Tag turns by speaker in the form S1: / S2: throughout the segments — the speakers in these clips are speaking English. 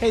S1: Hey,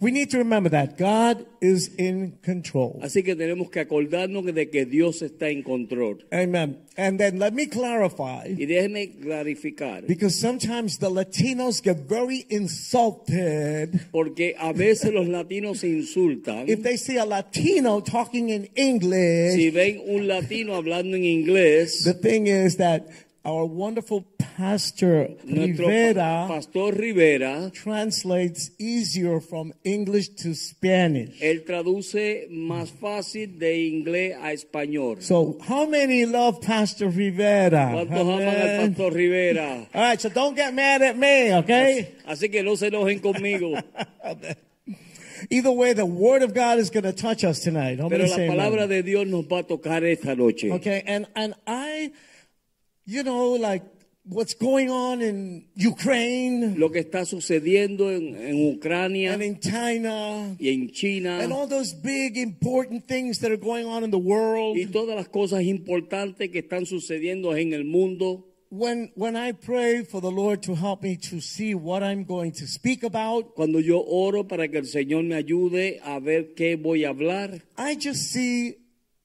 S2: We need to remember that God is in control.
S3: Así que tenemos que acordarnos de que Dios está en control.
S2: Amen. And then let me clarify
S3: Y déjeme clarificar,
S2: because sometimes the Latinos get very insulted
S3: porque a veces los latinos se insultan
S2: if they see a Latino talking in
S3: si
S2: English.
S3: ven un latino hablando en inglés.
S2: The thing is that our wonderful pastor
S3: Nuestro pa-
S2: Rivera
S3: pastor Rivera,
S2: translates easier from English to Spanish.
S3: él traduce más fácil de inglés a español.
S2: So, how many love Pastor Rivera?
S3: ¿Cuántos aman al
S2: Amen.
S3: pastor Rivera?
S2: All right, so don't get mad at me, okay?
S3: Así que no se enojen conmigo.
S2: Either way, the word of God is going to touch us tonight. How
S3: Pero
S2: many
S3: la
S2: say amen?
S3: palabra de Dios nos va a tocar esta noche.
S2: Okay, and and I, you know, like what's going on in Ukraine
S3: Lo que está sucediendo en, en Ucrania
S2: and in China
S3: y en China.
S2: and all those big important things that are going on in the world.
S3: y todas las cosas importantes que están sucediendo en el mundo.
S2: When when I pray for the Lord to help me to see what I'm going to speak about,
S3: Cuando yo oro para que el Señor me ayude a ver qué voy a hablar,
S2: I just see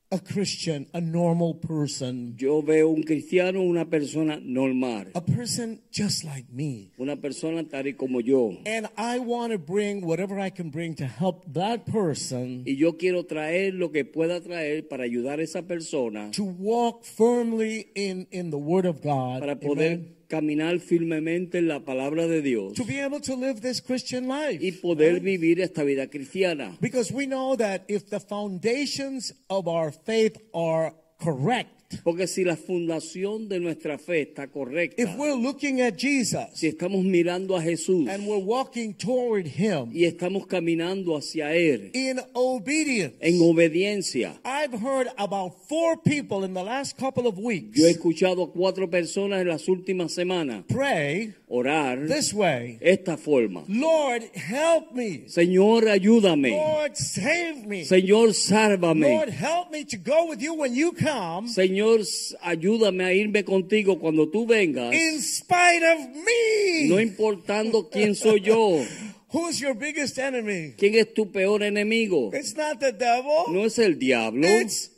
S2: a Christian, a normal person,
S3: yo veo un cristiano, una persona normal,
S2: a person just like me.
S3: una persona tal y como yo.
S2: And I want to bring whatever I can bring to help that person
S3: Y yo quiero traer lo que pueda traer para ayudar a esa persona,
S2: to walk firmly in, in the Word of God. Amen.
S3: para poder caminar firmemente en la palabra de Dios
S2: To be able to live this Christian life.
S3: y poder vivir esta vida cristiana.
S2: Because we know that if the foundations of our faith are correct,
S3: Porque si la fundación de nuestra fe está
S2: if
S3: correcta,
S2: we're looking at Jesus
S3: si estamos mirando a Jesús,
S2: and we're walking toward Him
S3: y estamos caminando hacia Él
S2: in obedience,
S3: en obediencia.
S2: I've heard about four people in the last couple of weeks
S3: Yo he escuchado a cuatro personas en las últimas semanas
S2: pray
S3: orar
S2: this way
S3: esta forma.
S2: Lord, help me.
S3: Señor, ayúdame.
S2: Lord, save me.
S3: Señor,
S2: Lord,
S3: sárvame.
S2: help me to go with you when you come,
S3: Señor, s- ayúdame a irme contigo cuando tú vengas.
S2: in spite of
S3: No
S2: me.
S3: importando quién soy yo,
S2: Who's your biggest enemy?
S3: quién es tu peor enemigo.
S2: It's not the devil.
S3: No es el diablo,
S2: It's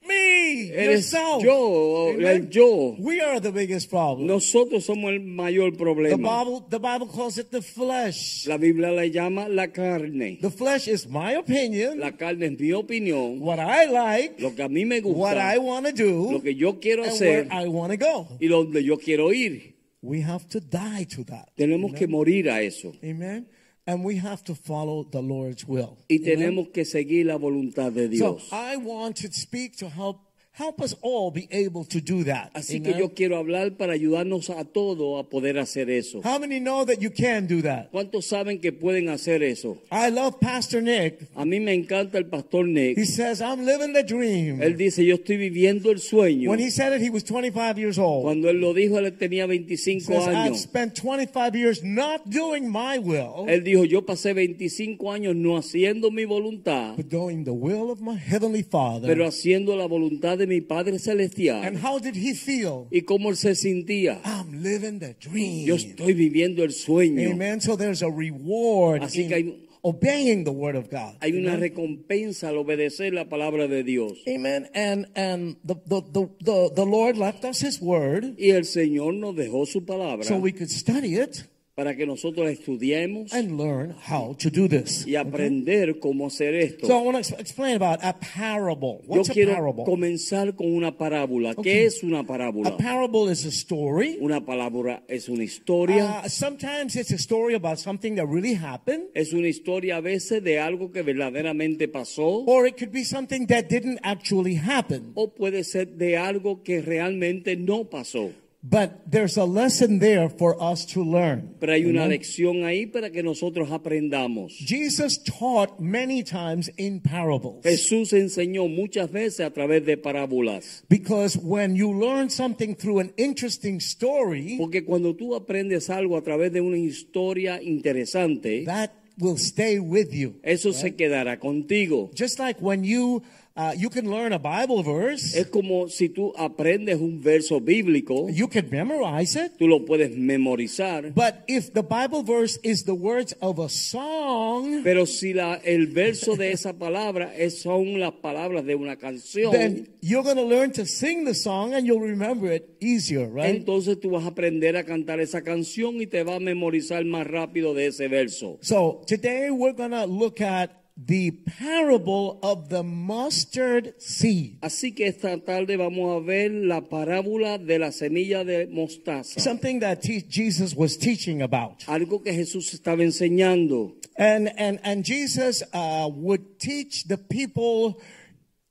S2: me,
S3: eres
S2: yourself.
S3: yo,
S2: Amen?
S3: el yo.
S2: We are the biggest problem.
S3: Nosotros somos el mayor
S2: the
S3: problema.
S2: Bible, the Bible calls it the flesh.
S3: La Biblia la llama la carne.
S2: The flesh is my opinion,
S3: La carne es mi opinión,
S2: what I like,
S3: lo que a mí me
S2: what I
S3: gusta,
S2: want to do,
S3: lo que yo quiero
S2: and where
S3: hacer
S2: I want to go.
S3: y donde yo quiero ir.
S2: We have to die to that.
S3: Tenemos que morir a eso
S2: Amen. And we have to follow the Lord's will.
S3: y tenemos que seguir la voluntad de
S2: So ah, I
S3: Dios.
S2: want to speak to help help us all be able to do that.
S3: Así
S2: Amen?
S3: que yo quiero hablar para ayudarnos a todos a poder hacer eso.
S2: How many know that you can do that?
S3: ¿Cuántos saben que pueden hacer eso?
S2: I love Pastor Nick.
S3: A mí me encanta el pastor
S2: He
S3: Nick.
S2: says, I'm living the dream.
S3: Él dice, yo estoy viviendo el sueño.
S2: When he said it, he was 25 years old.
S3: Cuando él lo dijo, él tenía
S2: He
S3: 25
S2: says, "Ah, I've
S3: años.
S2: spent 25 years not doing my will,
S3: Él dijo, yo pasé 25 años no haciendo mi voluntad,
S2: but doing the will of my Heavenly
S3: pero
S2: Father.
S3: haciendo la voluntad de mi Padre Celestial.
S2: And Ah, how did he feel?
S3: y cómo él se sentía.
S2: I'm living the
S3: Yo
S2: dream.
S3: estoy viviendo el sueño.
S2: Amen. So there's a reward
S3: Así que
S2: in
S3: hay-
S2: obeying the word of God.
S3: Hay una recompensa al obedecer la palabra de Dios.
S2: Amen. And and the the, the, the, the Lord left us his word
S3: Y el Señor nos dejó su palabra
S2: so we could study it
S3: para que nosotros estudiemos
S2: and learn how to do this.
S3: y aprender cómo hacer esto.
S2: So I want to explain about a parable.
S3: Yo
S2: What's a
S3: quiero
S2: parable?
S3: comenzar con una parábola.
S2: Okay.
S3: ¿Qué es una
S2: A
S3: parábola?
S2: parable is a story.
S3: Una parábola es una historia.
S2: Uh, sometimes it's a story about something that really happened,
S3: Es una historia a veces de algo que verdaderamente pasó
S2: or it could be something that didn't actually happen.
S3: o puede ser de algo que realmente no pasó.
S2: But there's a lesson there for us to learn.
S3: Pero hay una lección ahí para que nosotros aprendamos.
S2: Jesus taught many times in parables.
S3: Jesús enseñó muchas veces a través de parábolas.
S2: Because when you learn something through an interesting story,
S3: Porque cuando tú aprendes algo a través de una historia interesante,
S2: that will stay with you.
S3: eso se quedará contigo.
S2: Just like when you uh, you can learn a Bible verse,
S3: Es como si tú aprendes un verso bíblico,
S2: you can memorize it,
S3: tú lo puedes memorizar,
S2: but if the Bible verse is the words of a song,
S3: pero si la, el verso de esa palabra es, son las palabras de una canción,
S2: then you're going to learn to sing the song and you'll remember it easier, right?
S3: entonces tú vas a aprender a cantar esa canción y te vas a memorizar más rápido de ese verso.
S2: So today we're going to look at the parable of the mustard seed.
S3: Así que esta tarde vamos a ver la parábola de la semilla de mostaza,
S2: something that te- Jesus was teaching about.
S3: algo que Jesús estaba enseñando.
S2: And and and Jesus uh, would teach the people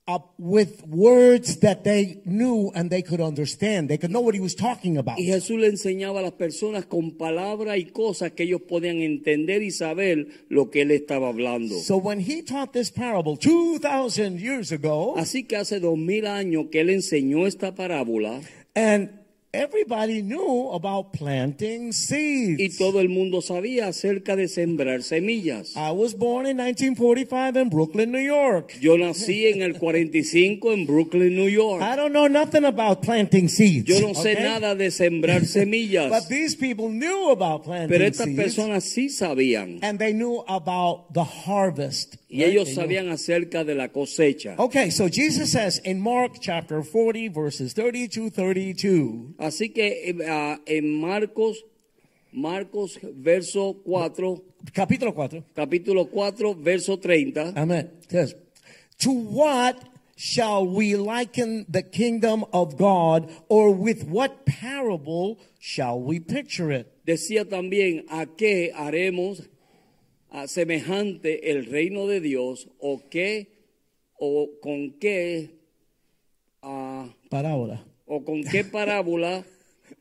S2: uh, with words that they knew and they could understand. They could know what he was talking about.
S3: Y Jesús le enseñaba a las personas con palabras y cosas que ellos podían entender y saber lo que él estaba hablando.
S2: So when he taught this parable 2,000 years ago,
S3: Así que hace dos mil años que él enseñó esta parábola
S2: and everybody knew about planting
S3: y
S2: seeds.
S3: todo el mundo sabía acerca de sembrar semillas.
S2: I was born in 1945 in Brooklyn, New York.
S3: Yo nací en el 45 en Brooklyn, New
S2: I
S3: York.
S2: don't know nothing about planting seeds.
S3: Yo no sé
S2: okay?
S3: nada de sembrar
S2: But
S3: semillas,
S2: these people knew about planting
S3: pero estas
S2: seeds.
S3: personas sí sabían
S2: and they knew about the harvest.
S3: y
S2: right?
S3: ellos
S2: They
S3: sabían acerca de la cosecha.
S2: knew. Okay, so Jesus says in Mark chapter 40, verses 30 to 32,
S3: Así que eh, ah, en Marcos, Marcos verso 4,
S2: capítulo 4,
S3: capítulo 4, verso 30,
S2: amen, says, To what shall we liken the kingdom of God, or with what parable shall we picture it?
S3: decía también, ¿a qué haremos ah, semejante el reino de Dios o qué o con qué ah,
S2: Parábola.
S3: o con qué parábola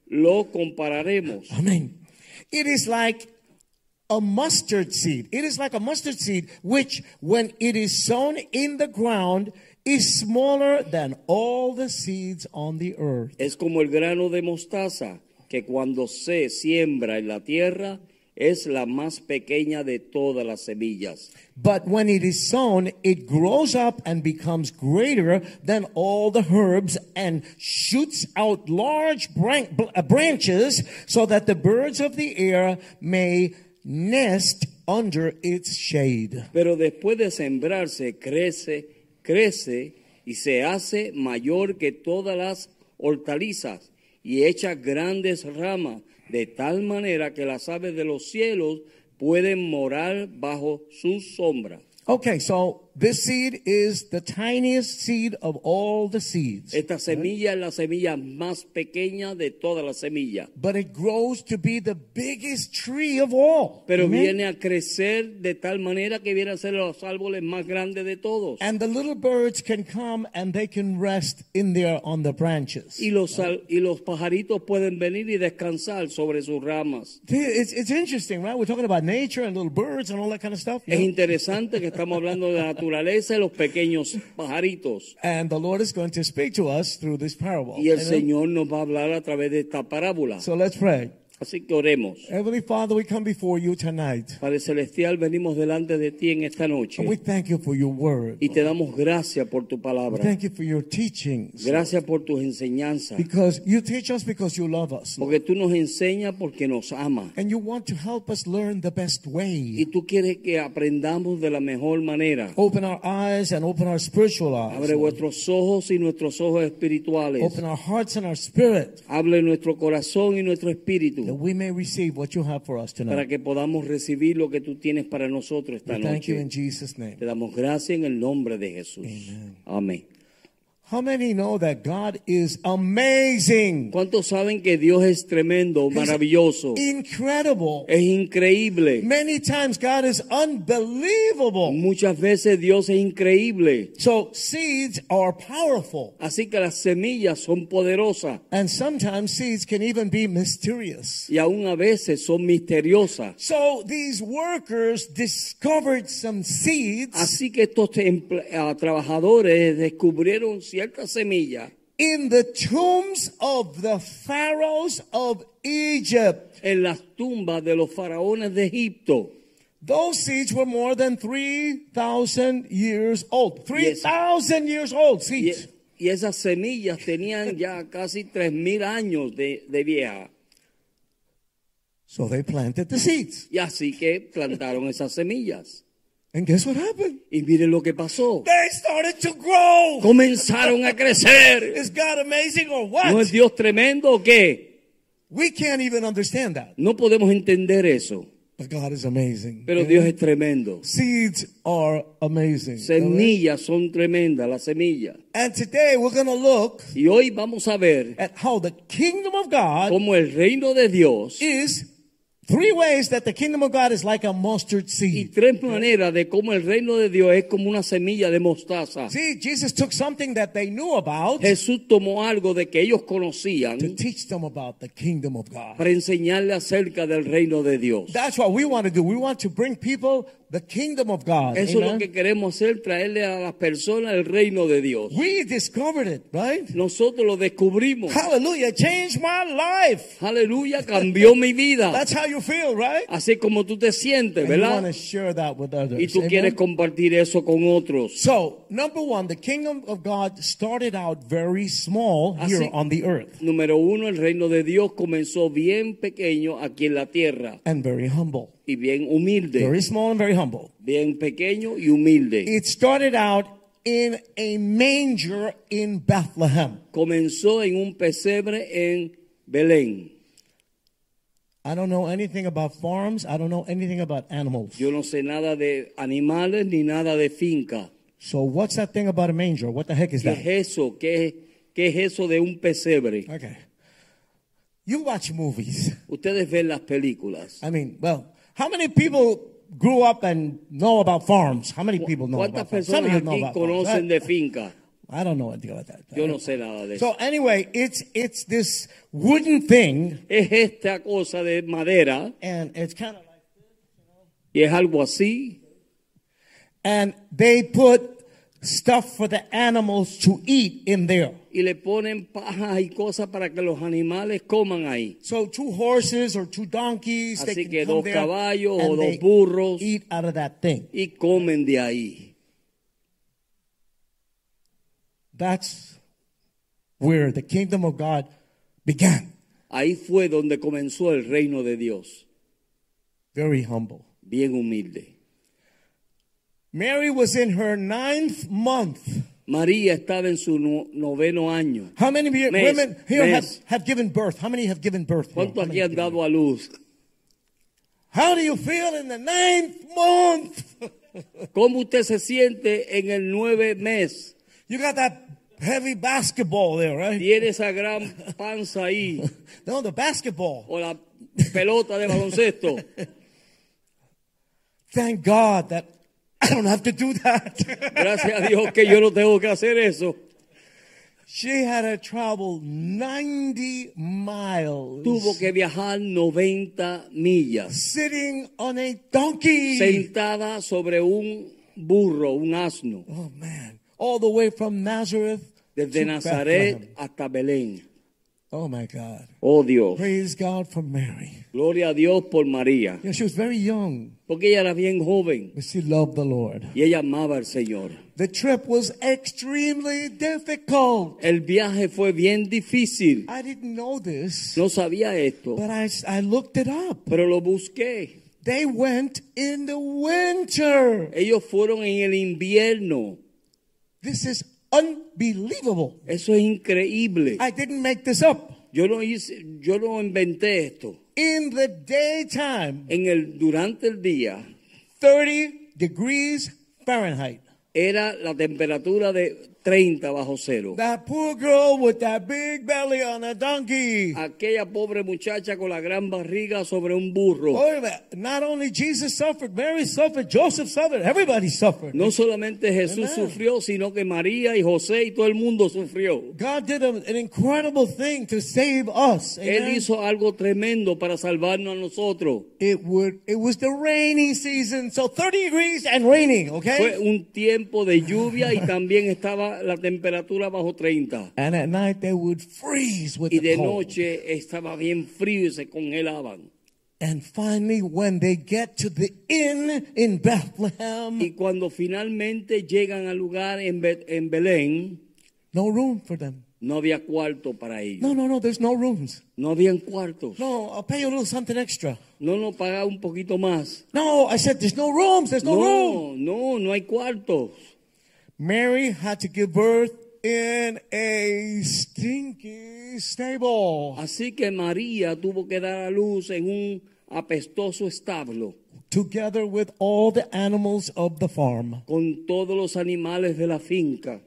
S3: lo compararemos?
S2: Amen. It is like a mustard seed. It is like a mustard seed, which, when it is sown in the ground, is smaller than all the seeds on the earth.
S3: Es como el grano de mostaza que cuando se siembra en la tierra es la más pequeña de todas las semillas.
S2: But when it is sown, it grows up and becomes greater than all the herbs and shoots out large bran- bl- uh, branches so that the birds of the air may nest under its shade.
S3: Pero después de sembrarse crece, crece y se hace mayor que todas las hortalizas y echa grandes ramas de tal manera que las aves de los cielos pueden morar bajo su sombra.
S2: Okay, so this seed is the tiniest seed of all the seeds,
S3: Esta semilla es la semilla más pequeña de todas las semillas.
S2: but it grows to be the biggest tree of all.
S3: Pero
S2: Amen?
S3: viene a crecer de tal manera que viene a ser los árboles más grandes de todos.
S2: And the little birds can come and they can rest in there on the branches.
S3: Y los, al- y los pajaritos pueden venir y descansar sobre sus ramas.
S2: It's, it's interesting, right? We're talking about nature and little birds and all that kind of stuff. you
S3: Es
S2: know?
S3: interesante que estamos hablando de la naturaleza y los pequeños pajaritos.
S2: And the Lord is going to speak to us through this parable.
S3: Y el
S2: Amen?
S3: Señor nos va a hablar a través de esta parábola.
S2: So let's pray.
S3: Así que oremos.
S2: Heavenly Father, we come before you tonight.
S3: Padre Celestial, venimos delante de ti en esta noche.
S2: And we thank you for your word.
S3: Y te damos gracias por tu
S2: We
S3: palabra.
S2: thank you for your teachings.
S3: Gracias por tus enseñanzas.
S2: Because you teach us because you love us. Lord.
S3: Porque tú nos enseñas porque nos amas.
S2: And you want to help us learn the best
S3: Y
S2: way.
S3: tú quieres que aprendamos de la mejor manera.
S2: Open our eyes and open our spiritual eyes.
S3: Abre vuestros ojos y nuestros ojos espirituales.
S2: Open our hearts and our spirit
S3: Abre nuestro corazón y nuestro
S2: that
S3: espíritu
S2: we may receive what you have for us
S3: para
S2: tonight.
S3: que podamos recibir lo que tú tienes para nosotros esta
S2: We thank you in
S3: noche.
S2: Jesus' name.
S3: Te damos gracias en el nombre de Jesús. Amén.
S2: How many know that God is amazing?
S3: ¿Cuántos saben que Dios es tremendo, maravilloso?
S2: Incredible.
S3: Es increíble.
S2: Many times God is unbelievable.
S3: Muchas veces Dios es increíble.
S2: So seeds are powerful.
S3: Así que las semillas son poderosas
S2: And sometimes seeds can even be mysterious.
S3: y aún a veces son misteriosas.
S2: So these workers discovered some seeds
S3: Así que estos empl- ah, trabajadores descubrieron ciertas semillas
S2: in the tombs of the pharaohs of Egypt.
S3: en las tumbas de los faraones de Egipto.
S2: Those seeds were more than 3,000 years old.
S3: Yes.
S2: 3,000 years old
S3: Y,
S2: seeds.
S3: y esas semillas tenían ya casi 3.000 años de, de vieja.
S2: So they planted the seeds.
S3: Y así que plantaron esas semillas.
S2: And guess what happened?
S3: Y miren lo que pasó.
S2: They started to grow.
S3: Comenzaron a crecer.
S2: Is God amazing or
S3: ¿No es
S2: what?
S3: Dios tremendo o qué?
S2: We can't even understand that.
S3: No podemos entender eso.
S2: But God is amazing.
S3: Pero Dios es tremendo.
S2: Seeds are amazing.
S3: Semillas son tremendas, las semillas.
S2: And today we're going to look
S3: Y hoy vamos a ver
S2: at how the kingdom of God
S3: cómo el reino de Dios
S2: is three ways that the kingdom of God is like a mustard
S3: y
S2: seed.
S3: tres maneras de cómo el reino de Dios es como una semilla de mostaza.
S2: See, Jesus took something that they knew about
S3: Jesús tomó algo de que ellos conocían
S2: to teach them about the kingdom of God.
S3: para enseñarle acerca del reino de Dios.
S2: That's what we want to do. We want to bring people the kingdom of God.
S3: Eso es lo
S2: Amen?
S3: que queremos hacer, traerle a las personas el reino de Dios.
S2: We discovered it, right?
S3: Nosotros lo descubrimos.
S2: Hallelujah. Changed my life.
S3: Aleluya, cambió mi vida.
S2: That's how you feel, right?
S3: Así como tú te sientes,
S2: And you want to
S3: Ah, ¿verdad?
S2: share that with others.
S3: Y tú
S2: Amen?
S3: quieres compartir eso con otros.
S2: So, number one, the kingdom of God started out very small here
S3: Así-
S2: on the earth
S3: Número uno, el reino de Dios comenzó bien pequeño aquí en la tierra
S2: and very humble.
S3: y bien
S2: Very
S3: humilde.
S2: small and very humble.
S3: Bien pequeño y humilde.
S2: It started out in a manger in Bethlehem.
S3: Comenzó en un pesebre en Belén.
S2: I don't know anything about farms. I don't know anything about animals.
S3: Yo no sé nada de animales ni nada de finca.
S2: So, what's that thing about a manger? What the heck is
S3: ¿Qué
S2: that?
S3: es eso? ¿Qué es, qué es eso de un pesebre?
S2: Okay. You watch movies.
S3: Ustedes ven las películas.
S2: I mean, well, how many people grew up and know about farms? How many people know
S3: ¿Cuántas
S2: about farms? Some
S3: personas
S2: of you know
S3: aquí
S2: about farms.
S3: conocen
S2: I,
S3: de finca?
S2: I don't know a deal with that.
S3: Yo no sé nada de eso.
S2: So anyway, it's it's this wooden thing,
S3: Es esta cosa de madera
S2: and it's kind of like,
S3: y es algo así.
S2: and they put stuff for the animals to eat in there.
S3: y le ponen paja y cosas para que los animales coman ahí.
S2: So two horses or two donkeys, they
S3: Así
S2: can
S3: que
S2: come
S3: dos
S2: there
S3: caballos o
S2: and
S3: dos
S2: they
S3: burros.
S2: eat out of that thing.
S3: Y comen de ahí.
S2: That's where the kingdom of God began.
S3: Ahí fue donde comenzó el reino de Dios,
S2: Very humble.
S3: bien humilde.
S2: Mary was in her ninth month.
S3: María estaba en su no- noveno año.
S2: How many of you,
S3: Mes,
S2: women here have,
S3: mes.
S2: have given birth? How many have given birth? here?
S3: ¿Cuántos
S2: How many
S3: aquí
S2: have
S3: han
S2: given
S3: dado a luz?
S2: birth? How do you feel in the ninth month?
S3: ¿Cómo usted se siente en el nueve mes?
S2: You got that heavy basketball there, right?
S3: Tiene esa gran panza ahí,
S2: No, the basketball.
S3: o la pelota de baloncesto.
S2: Thank God that I don't have to do that.
S3: Gracias a Dios que yo no tengo que hacer eso.
S2: she had to travel 90 miles
S3: Tuvo que viajar 90 millas.
S2: sitting on a donkey.
S3: sentada sobre un burro, un asno,
S2: Oh, man. All the way from Nazareth
S3: desde
S2: to
S3: Nazaret
S2: Bethlehem.
S3: hasta Belén.
S2: Oh, my God.
S3: Oh Dios,
S2: Praise God for Mary.
S3: gloria a Dios por María,
S2: You know, she was very young,
S3: porque ella era bien joven
S2: but she loved the Lord.
S3: y ella amaba al Señor.
S2: The trip was extremely difficult.
S3: El viaje fue bien difícil,
S2: I didn't know this,
S3: no sabía esto,
S2: but I, I looked it up.
S3: pero lo busqué.
S2: They went in the winter.
S3: Ellos fueron en el invierno,
S2: This is unbelievable.
S3: eso es increíble.
S2: I didn't make this up.
S3: Yo no hice, yo no inventé esto.
S2: In the daytime,
S3: En el durante el día
S2: 30 degrees Fahrenheit.
S3: era la temperatura de 30 bajo cero.
S2: That poor girl with that big belly on a donkey.
S3: Aquella pobre muchacha con la gran barriga sobre un burro.
S2: Wait a minute. Not only Jesus suffered, Mary suffered, Joseph suffered, everybody suffered.
S3: No solamente Jesús
S2: Amen.
S3: sufrió, sino que María y José y todo el mundo sufrió.
S2: God did a- an incredible thing to save us.
S3: Él
S2: Amen.
S3: hizo algo tremendo para salvarnos a nosotros.
S2: It would. It was the rainy season, so 30 degrees and raining.
S3: Fue
S2: Okay.
S3: un tiempo de lluvia y también estaba la temperatura bajo 30.
S2: And at night they would freeze with
S3: Y
S2: the
S3: de
S2: cold.
S3: noche estaba bien frío y se congelaban.
S2: And finally, when they get to the inn in Bethlehem,
S3: Y cuando finalmente llegan al lugar en, Be- en Belén,
S2: no room for them.
S3: no había cuarto para ellos.
S2: No, no, no. There's no rooms.
S3: No habían cuartos.
S2: No, I'll pay you a little something extra.
S3: No nos pagaba un poquito más.
S2: No, I said there's no rooms. There's no, room.
S3: No, no, no hay cuartos.
S2: Mary had to give birth in a stinky stable
S3: Así que María tuvo que dar a luz en un apestoso establo
S2: together with all the animals of the farm.
S3: con todos los animales de la finca.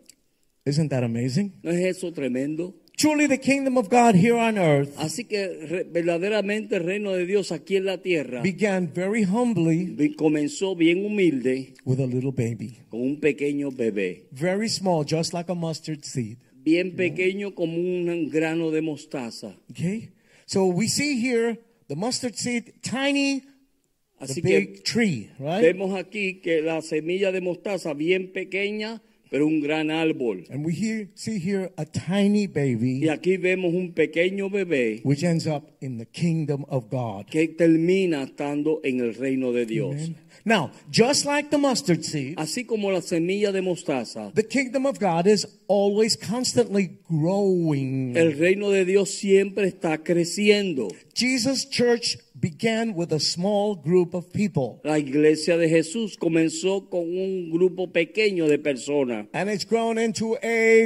S2: Isn't that amazing?
S3: ¿No es eso tremendo?
S2: Truly the kingdom of God here on earth
S3: Así que re- verdaderamente el reino de Dios aquí en la tierra
S2: began very humbly
S3: vi- comenzó bien humilde
S2: with a little baby.
S3: con un pequeño bebé,
S2: Very small, just like a mustard seed.
S3: bien pequeño como un grano de mostaza.
S2: Okay? So we see here the mustard seed, tiny, the
S3: Así que
S2: big tree, right?
S3: vemos aquí que la semilla de mostaza bien pequeña, pero un gran árbol.
S2: And we here, see here a tiny
S3: Y
S2: baby
S3: aquí vemos un pequeño bebé
S2: which ends up in the kingdom of God.
S3: que termina estando en el reino de Dios.
S2: Now, just like the mustard seed,
S3: Así como la semilla de mostaza,
S2: the kingdom of God is always constantly growing.
S3: el reino de Dios siempre está creciendo.
S2: Jesus' church began with a small group of people,
S3: La iglesia de Jesús comenzó con un grupo pequeño de personas
S2: and it's grown into a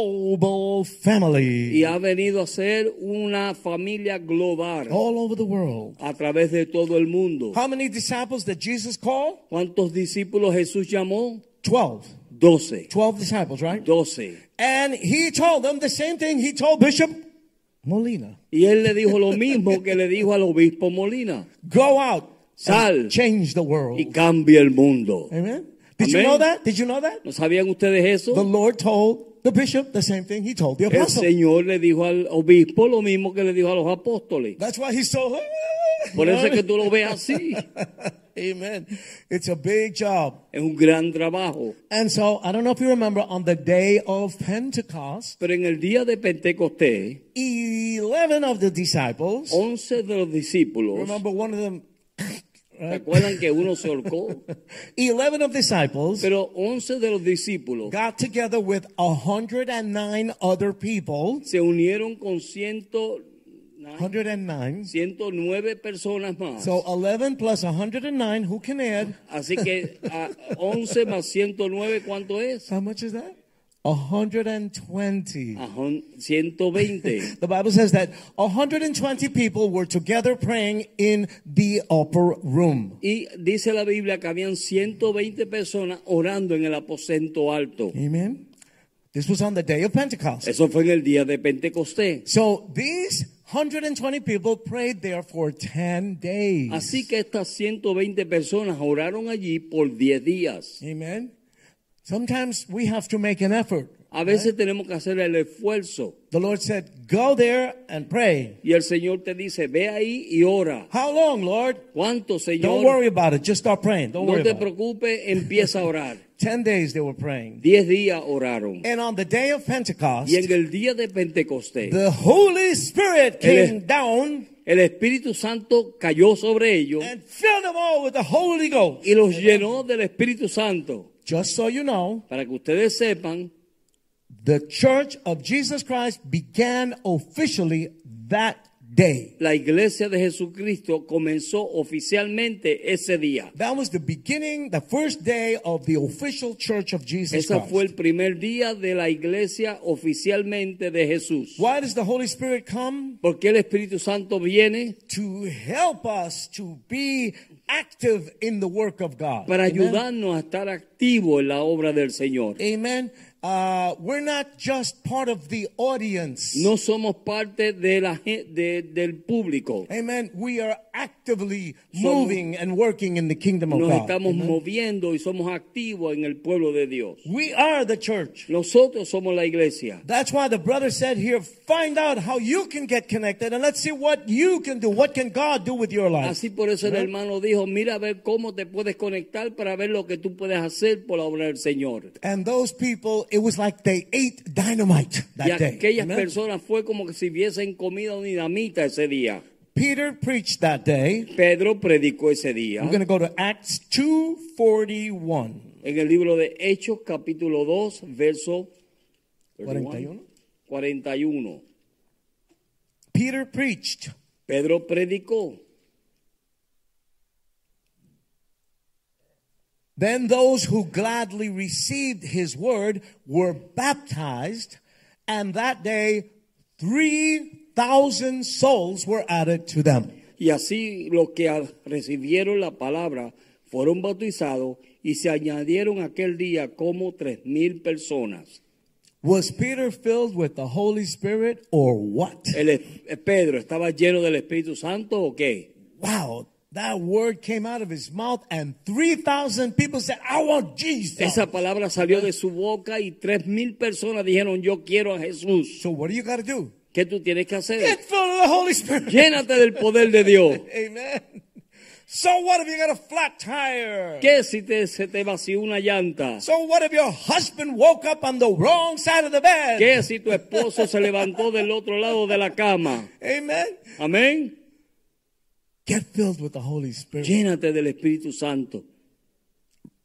S2: global family
S3: y ha venido a ser una familia global
S2: all over the world.
S3: a través de todo el mundo.
S2: How many disciples did Jesus call?
S3: ¿Cuántos discípulos Jesús llamó?
S2: 12.
S3: Doce.
S2: 12 disciples, right?
S3: Doce.
S2: And he told them the same thing he told Bishop Molina
S3: Y él le dijo lo mismo que le dijo al obispo Molina.
S2: go out,
S3: Sal.
S2: and change the world.
S3: Y cambia el mundo.
S2: Amen. Did you
S3: Amen.
S2: know that? Did you know that?
S3: ¿No sabían ustedes
S2: The
S3: eso?
S2: Lord told the bishop the same thing he told the
S3: El
S2: apostle.
S3: Señor le dijo al obispo lo mismo que le dijo a los apóstoles.
S2: That's why he's so.
S3: Por eso es que tú lo ves así.
S2: Amen. It's a big job.
S3: Es un gran trabajo.
S2: And so, I don't know if you remember, on the day of Pentecost,
S3: Pero en el día de Pentecostés,
S2: 11 of the disciples,
S3: Once de los discípulos,
S2: remember one of them,
S3: ¿se acuerdan que uno se ahorcó?
S2: 11 of disciples
S3: Pero once de los discípulos
S2: got together with 109 other people,
S3: se unieron con ciento,
S2: 109.
S3: 109 personas más.
S2: So 11 plus 109, who can add?
S3: Así que a 11 más 109, ¿cuánto es?
S2: How much is that? 120.
S3: A jon- 120.
S2: The Bible says that 120 people were together praying in the upper room.
S3: Y dice la Biblia que habían 120 personas orando en el aposento alto.
S2: Amen. This was on the day of Pentecost.
S3: Eso fue en el día de Pentecostés.
S2: So these 120 people prayed there for 10 days.
S3: Así que estas 120 personas oraron allí por 10 días.
S2: Amen. Sometimes we have to make an effort.
S3: A veces tenemos que hacer el esfuerzo.
S2: The Lord said, Go there and pray.
S3: Y el Señor te dice, ve ahí y ora.
S2: How long, Lord?
S3: ¿Cuánto,
S2: Don't
S3: Señor?
S2: worry about it. Just start praying. Don't
S3: No
S2: worry
S3: te
S2: about it.
S3: preocupes, empieza a orar.
S2: 10 days they were praying.
S3: Diez días oraron.
S2: And on the day of Pentecost,
S3: Y en el día de Pentecostés,
S2: the Holy Spirit
S3: El-
S2: came down
S3: el Espíritu Santo cayó sobre ellos
S2: and filled them all with the Holy Ghost.
S3: y los llenó del Espíritu Santo.
S2: Just so you know,
S3: Para que ustedes sepan,
S2: the church of Jesus Christ began officially that day.
S3: la iglesia de Jesucristo comenzó oficialmente ese día.
S2: That was the beginning, the first day of the official church of Jesus
S3: Ese fue
S2: Christ.
S3: el primer día de la iglesia oficialmente de Jesús.
S2: Why does the Holy Spirit come?
S3: Porque el Espíritu Santo viene
S2: To help us to be active in the work of God.
S3: para
S2: Amen?
S3: ayudarnos a estar activos en la obra del Señor.
S2: Amen. uh, we're not just part of the audience.
S3: No somos parte de la, gen- de- del público.
S2: Amen. We are actively
S3: Somos-
S2: moving and working in the kingdom of
S3: Nos
S2: Oh, God.
S3: estamos moviendo y somos activos en el pueblo de Dios.
S2: We are the church.
S3: Nosotros somos la iglesia.
S2: That's why the brother said here, find out how you can get connected and let's see what you can do. What can God do with your life?
S3: Así por eso el hermano dijo, mira a ver cómo te puedes conectar para ver lo que tú puedes hacer por la obra del Señor.
S2: And those people, it was like they ate dynamite
S3: Y
S2: that day.
S3: aquellas
S2: Amen.
S3: personas fue como que si hubiesen comido dinamita ese día.
S2: Peter preached that day.
S3: Pedro predicó ese día
S2: We're going to go to Acts 241.
S3: en el libro de Hechos capítulo 2 verso
S2: 41.
S3: 41.
S2: Peter preached.
S3: Pedro predicó.
S2: Then those who gladly received his word were baptized, and that day 3,000 souls were added to them.
S3: Y así los que a- recibieron la palabra fueron bautizados y se añadieron aquel día como tres mil personas.
S2: Was Peter filled with the Holy Spirit or what?
S3: El, es- eh, Pedro estaba lleno del Espíritu Santo o qué?
S2: Wow, that word came out of his mouth, and 3,000 people said, I want Jesus.
S3: Esa palabra salió de su boca y tres mil personas dijeron yo quiero a Jesús.
S2: So, what do you got to do?
S3: ¿Qué tú tienes que hacer?
S2: Get filled with the Holy Spirit.
S3: Llénate del poder de Dios.
S2: Amen. So, what if you got a flat tire?
S3: ¿Qué si te, se te vació una llanta?
S2: So what if your husband woke up on the wrong side of the bed?
S3: ¿Qué si tu esposo se levantó del otro lado de la cama?
S2: Amen.
S3: Amén.
S2: Get filled with the Holy Spirit.
S3: Llénate del Espíritu Santo.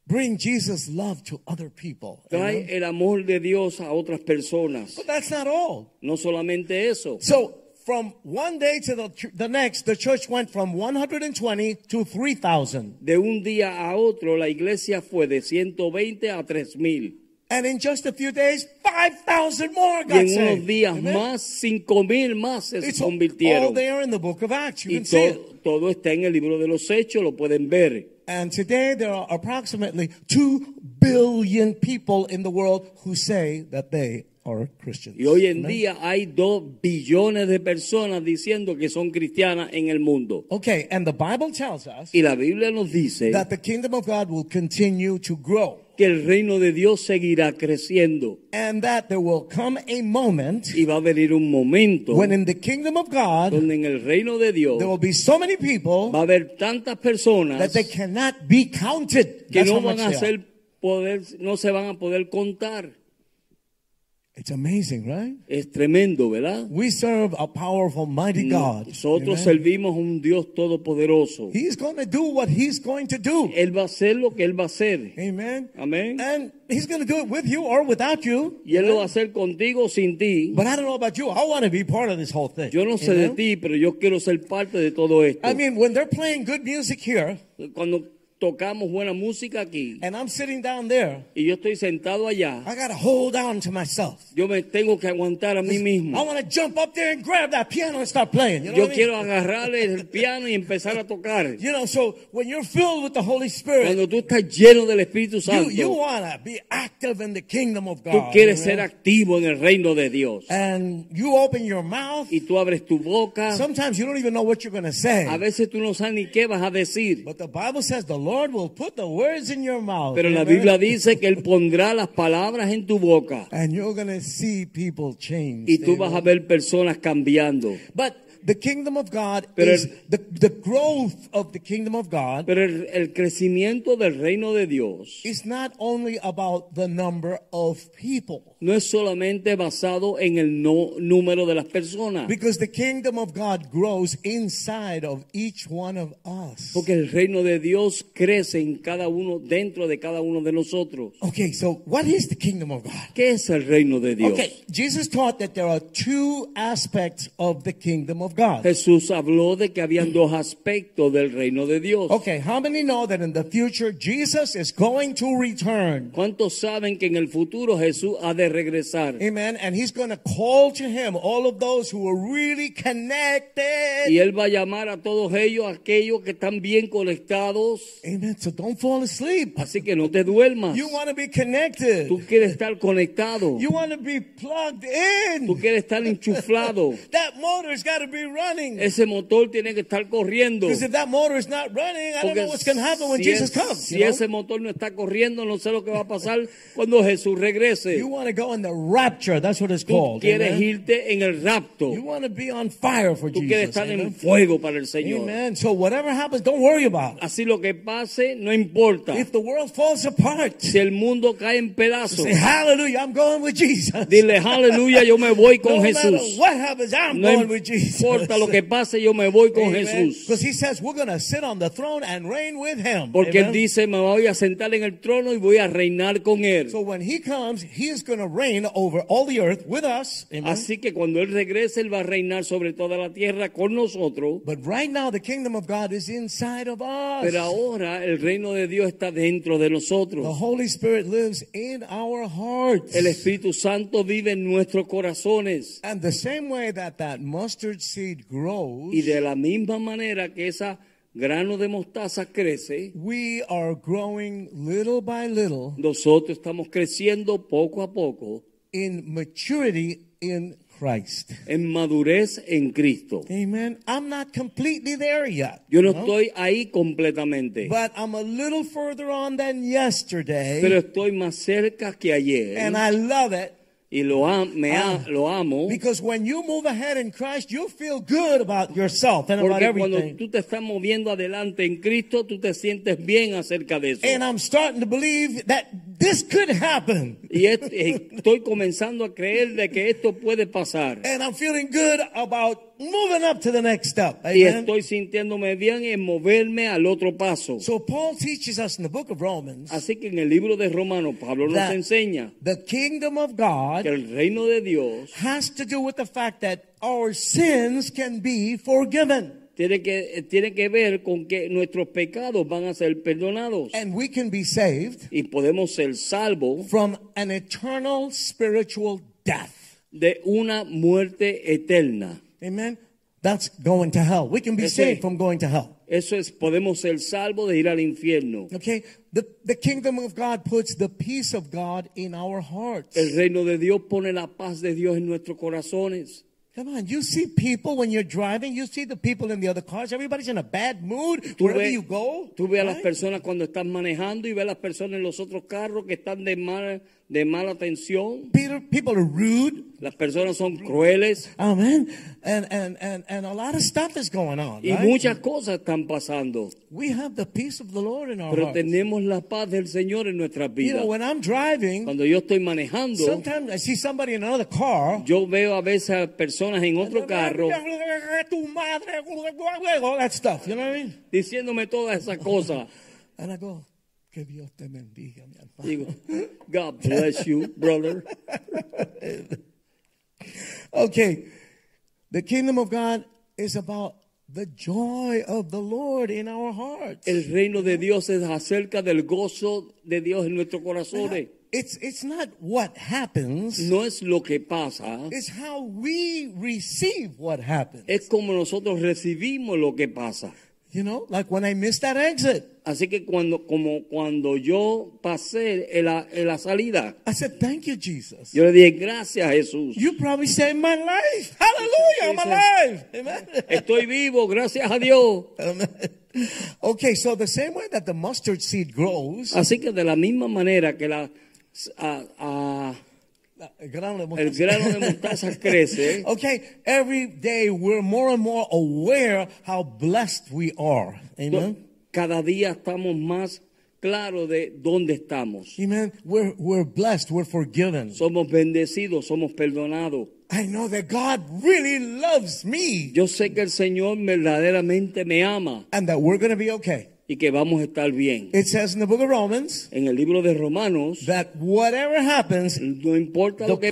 S2: Bring Jesus' love to other people.
S3: Trae
S2: Amen.
S3: el amor de Dios a otras personas.
S2: But that's not all.
S3: No solamente eso.
S2: So from one day to the, ch- the next, the church went from 120 to 3,000.
S3: De un día a otro la iglesia fue de 120 a 3000.
S2: And in just a few days, 5,000 more
S3: Y
S2: got
S3: en
S2: saved.
S3: unos días
S2: Amen.
S3: más 5000 más se
S2: It's all
S3: convirtieron.
S2: there in the book of Acts. You
S3: Y
S2: can see it.
S3: to- todo está en el libro de los hechos, lo pueden ver.
S2: And today there are approximately 2 billion people in the world who say that they are Christians.
S3: Y hoy en
S2: Amen?
S3: día hay dos billones de personas diciendo que son cristianas en el mundo.
S2: Okay, and the Bible tells us
S3: Y la Biblia nos dice
S2: that the kingdom of God will continue to grow
S3: que el reino de Dios seguirá creciendo.
S2: and that there will come a moment
S3: Y va a venir un momento
S2: when in the kingdom of God
S3: donde en el reino de Dios
S2: there will be so many
S3: va a
S2: people
S3: haber tantas personas
S2: that they cannot be counted.
S3: que
S2: That's how
S3: no
S2: much
S3: van a
S2: they are.
S3: ser poder, no se van a poder contar.
S2: It's amazing, right?
S3: Es tremendo, ¿verdad?
S2: We serve a powerful, mighty God.
S3: Mm. Nosotros
S2: Amen.
S3: servimos a un Dios todopoderoso.
S2: He's going to do what he's going to do.
S3: Él va a hacer lo que él va a hacer.
S2: Amen.
S3: Amén.
S2: And he's going to do it with you or without you.
S3: Y él lo va a hacer contigo o sin ti.
S2: But I don't know about you. I want to be part of this whole thing.
S3: Yo no sé de
S2: Amen.
S3: ti, pero yo quiero ser parte de todo esto.
S2: I mean, when they're playing good music here
S3: Cuando tocamos buena música aquí
S2: and I'm sitting down there,
S3: y yo estoy sentado allá,
S2: I got to hold on to myself.
S3: yo me tengo que aguantar a mí
S2: I
S3: mismo.
S2: want to jump up there and grab that piano and start playing. You know,
S3: Hmm. Yo
S2: what I mean?
S3: quiero agarrar el piano y empezar a tocar.
S2: you know so when you're filled with the Holy Spirit,
S3: Cuando tú estás lleno del Espíritu
S2: you,
S3: Santo,
S2: you
S3: tú
S2: want to be active in the kingdom of God.
S3: quieres
S2: you
S3: ser
S2: know?
S3: activo en el reino de Dios.
S2: And you open your mouth.
S3: Y tú abres tu boca.
S2: Sometimes you don't even know what you're going to say.
S3: A veces tú no sabes ni qué vas a decir.
S2: But the Bible says the Lord will put the words in your mouth.
S3: Pero la
S2: Amen.
S3: Biblia dice que Él pondrá las palabras en tu boca.
S2: And you're going to see people change.
S3: Y tú
S2: They
S3: vas a
S2: will.
S3: ver personas cambiando.
S2: But the kingdom of God
S3: Pero
S2: is
S3: el-
S2: the, the growth of the kingdom of God
S3: Pero el, el crecimiento del reino de Dios
S2: is not only about the number of people.
S3: no es solamente basado en el no- número de las personas.
S2: Because the kingdom of God grows inside of each one of us.
S3: Porque el reino de Dios crece en cada uno, dentro de cada uno de nosotros.
S2: Okay, so what is the kingdom of God?
S3: ¿Qué es el reino de Dios?
S2: Okay, Jesus taught that there are two aspects of the kingdom of of God.
S3: Jesús habló de que habían dos aspectos del reino de Dios.
S2: Okay, how many know that in the future Jesus is going to return?
S3: ¿Cuántos saben que en el futuro Jesús ha de regresar?
S2: Amen. And he's going to call to him all of those who are really
S3: Y
S2: connected.
S3: Él va a llamar a todos ellos, aquellos que están bien conectados.
S2: Amen. So don't fall asleep.
S3: Así que no te duermas.
S2: You want to be connected.
S3: Tú quieres estar conectado.
S2: You want to be plugged
S3: Tú
S2: in.
S3: quieres estar enchuflado.
S2: That motor's got to be running.
S3: Ese motor tiene que estar corriendo.
S2: Because if that motor is not running, I don't
S3: Porque
S2: know what's going to happen when
S3: si
S2: Jesus
S3: es-
S2: comes.
S3: si
S2: You, know?
S3: ese motor no está corriendo, no sé lo que va a pasar cuando Jesús regrese.
S2: you want to go in the rapture. That's what it's
S3: Tú
S2: called.
S3: quieres
S2: Amen.
S3: irte en el rapto.
S2: You want to be on fire for
S3: Tú quieres
S2: Jesus.
S3: estar en
S2: Amen.
S3: fuego para el Señor.
S2: Amen. So whatever happens, don't worry about it.
S3: Así lo que pase, no importa.
S2: If the world falls apart,
S3: Si el mundo cae en pedazos,
S2: say hallelujah, I'm going with Jesus.
S3: dile aleluya, yo me voy
S2: no
S3: con
S2: matter
S3: Jesús.
S2: what happens, I'm
S3: No
S2: going with Jesus. Pues,
S3: importa lo que pase, yo me voy con Jesús.
S2: Because he says we're going to sit on the throne and reign with him.
S3: Porque
S2: Amen.
S3: él dice, me voy a sentar en el trono y voy a reinar con él.
S2: So when he comes, he is going to reign over all the earth with us. Amen.
S3: Así que cuando él regrese, él va a reinar sobre toda la tierra con nosotros.
S2: But right now, the kingdom of God is inside of us.
S3: Pero ahora el reino de Dios está dentro de
S2: the
S3: nosotros.
S2: Holy Spirit lives in our hearts.
S3: El Espíritu Santo vive en nuestros corazones.
S2: and the same way that that mustard seed grows,
S3: Y de la misma manera que esa grano de mostaza crece,
S2: we are growing little by little
S3: nosotros estamos creciendo poco a poco
S2: in maturity in Christ.
S3: en madurez en Cristo.
S2: Amen. I'm not completely there yet.
S3: Yo no
S2: you know?
S3: estoy ahí completamente,
S2: But I'm a little further on than yesterday.
S3: pero estoy más cerca que ayer.
S2: and I love it.
S3: Y lo, am- me a- lo amo.
S2: Because when you move ahead in Christ, you feel good about yourself and about
S3: Porque cuando
S2: everything.
S3: tú te estás moviendo adelante en Cristo, tú te sientes bien acerca de eso.
S2: And I'm starting to believe that this could happen.
S3: Y es- eh, estoy comenzando a creer de que esto puede pasar.
S2: And I'm feeling good about moving up to the next step.
S3: Y
S2: Amen.
S3: estoy sintiéndome bien en moverme al otro paso.
S2: So Paul teaches us in the book of Romans
S3: Así que en el libro de Romanos, Pablo nos
S2: that
S3: enseña
S2: the kingdom of
S3: que
S2: God
S3: el reino de Dios
S2: has to do with the fact that our sins can be forgiven
S3: tiene que, tiene que ver con que nuestros pecados van a ser perdonados
S2: and we can be saved
S3: y podemos ser salvos
S2: from an eternal spiritual death.
S3: de una muerte eterna.
S2: Amen. That's going to hell. We can be
S3: Yes, sir.
S2: saved from going to hell.
S3: Eso es, podemos ser salvos de ir al infierno.
S2: Okay, the, the kingdom of God puts the peace of God in our hearts.
S3: El reino de Dios pone la paz de Dios en nuestros corazones.
S2: Come on, you see people when you're driving, you see the people in the other cars, everybody's in a bad mood
S3: Tú
S2: wherever
S3: ves,
S2: you go.
S3: tú ves a las
S2: right?
S3: personas cuando están manejando y ves a las personas en los otros carros que están de mala, de mala atención.
S2: Peter, people are rude.
S3: Las personas son crueles
S2: Amen. And, and, and, and a lot of stuff is going on.
S3: y
S2: right?
S3: muchas cosas están pasando.
S2: We have the peace of the Lord in our
S3: Pero
S2: hearts.
S3: tenemos la paz del Señor en nuestras
S2: You
S3: vidas.
S2: know, when I'm driving,
S3: Cuando yo estoy manejando,
S2: sometimes I see somebody in another car.
S3: yo veo a veces a personas en otro carro
S2: All that stuff, you know what I mean?
S3: diciéndome todas esas cosas.
S2: And I go, que Dios te bendiga, mi hermano.
S3: Digo, God bless you, brother.
S2: Okay, the kingdom of God is about the joy of the Lord in our hearts.
S3: El reino de Dios es acerca del gozo de Dios en nuestros corazones.
S2: It's it's not what happens,
S3: No es lo que pasa,
S2: it's how we receive what happens.
S3: es como nosotros recibimos lo que pasa.
S2: You know, like when I missed that exit,
S3: Así que cuando, como cuando yo pasé en la, en la salida,
S2: I said, "Thank you, Jesus.
S3: yo le dije, gracias Jesús.
S2: You probably saved my life. Hallelujah, I'm
S3: Jesus.
S2: alive." Amen.
S3: Estoy vivo, gracias a Dios.
S2: Amen. Okay, so the same way that the mustard seed grows,
S3: Así que de la misma manera que la, a- a-
S2: el grano de
S3: el
S2: mostaza.
S3: grano de mostaza crece,
S2: Okay, every day we're more and more aware how blessed we are.
S3: no-
S2: Amen.
S3: cada día estamos más claros de dónde estamos.
S2: Amen. We're we're blessed. We're forgiven.
S3: Somos bendecidos, somos perdonados.
S2: I know that God really loves me,
S3: Yo sé que el Señor verdaderamente me ama
S2: and that we're gonna be okay.
S3: y que vamos a estar bien.
S2: It says in the book of Romans
S3: En el libro de Romanos,
S2: that whatever happens,
S3: no importa
S2: the
S3: lo que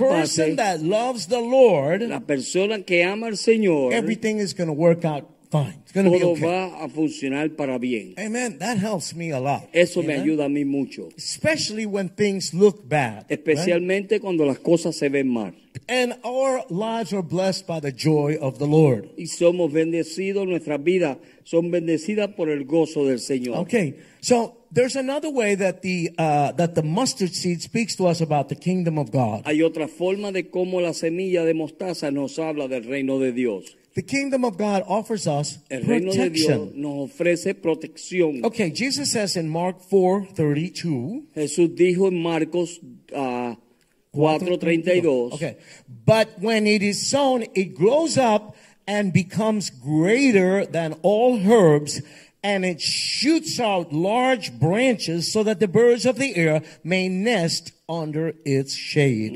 S2: person
S3: pase,
S2: that loves the Lord,
S3: la persona que ama al Señor,
S2: everything is going to work out fine. It's going to be
S3: todo
S2: okay.
S3: va a funcionar para bien.
S2: Amen. That helps me a lot.
S3: Eso me
S2: Amen.
S3: ayuda a mí mucho,
S2: Especially when things look bad. right?
S3: especialmente cuando las cosas se ven mal.
S2: And our lives are blessed by the joy of the Lord.
S3: Y somos bendecidos, nuestras vidas son bendecidas por el gozo del Señor.
S2: Okay. So there's another way that the uh, that the mustard seed speaks to us about the kingdom of God.
S3: Hay otra forma de cómo la semilla de mostaza nos habla del reino de Dios.
S2: The kingdom of God offers us
S3: El reino de Dios
S2: protection.
S3: nos ofrece protección.
S2: Okay, Jesus says in Mark 4:32.
S3: Jesús dijo en Marcos ah, 4:32,
S2: Okay. But when it is sown, it grows up and becomes greater than all herbs, and it shoots out large branches so that the birds of the air may nest under its shade.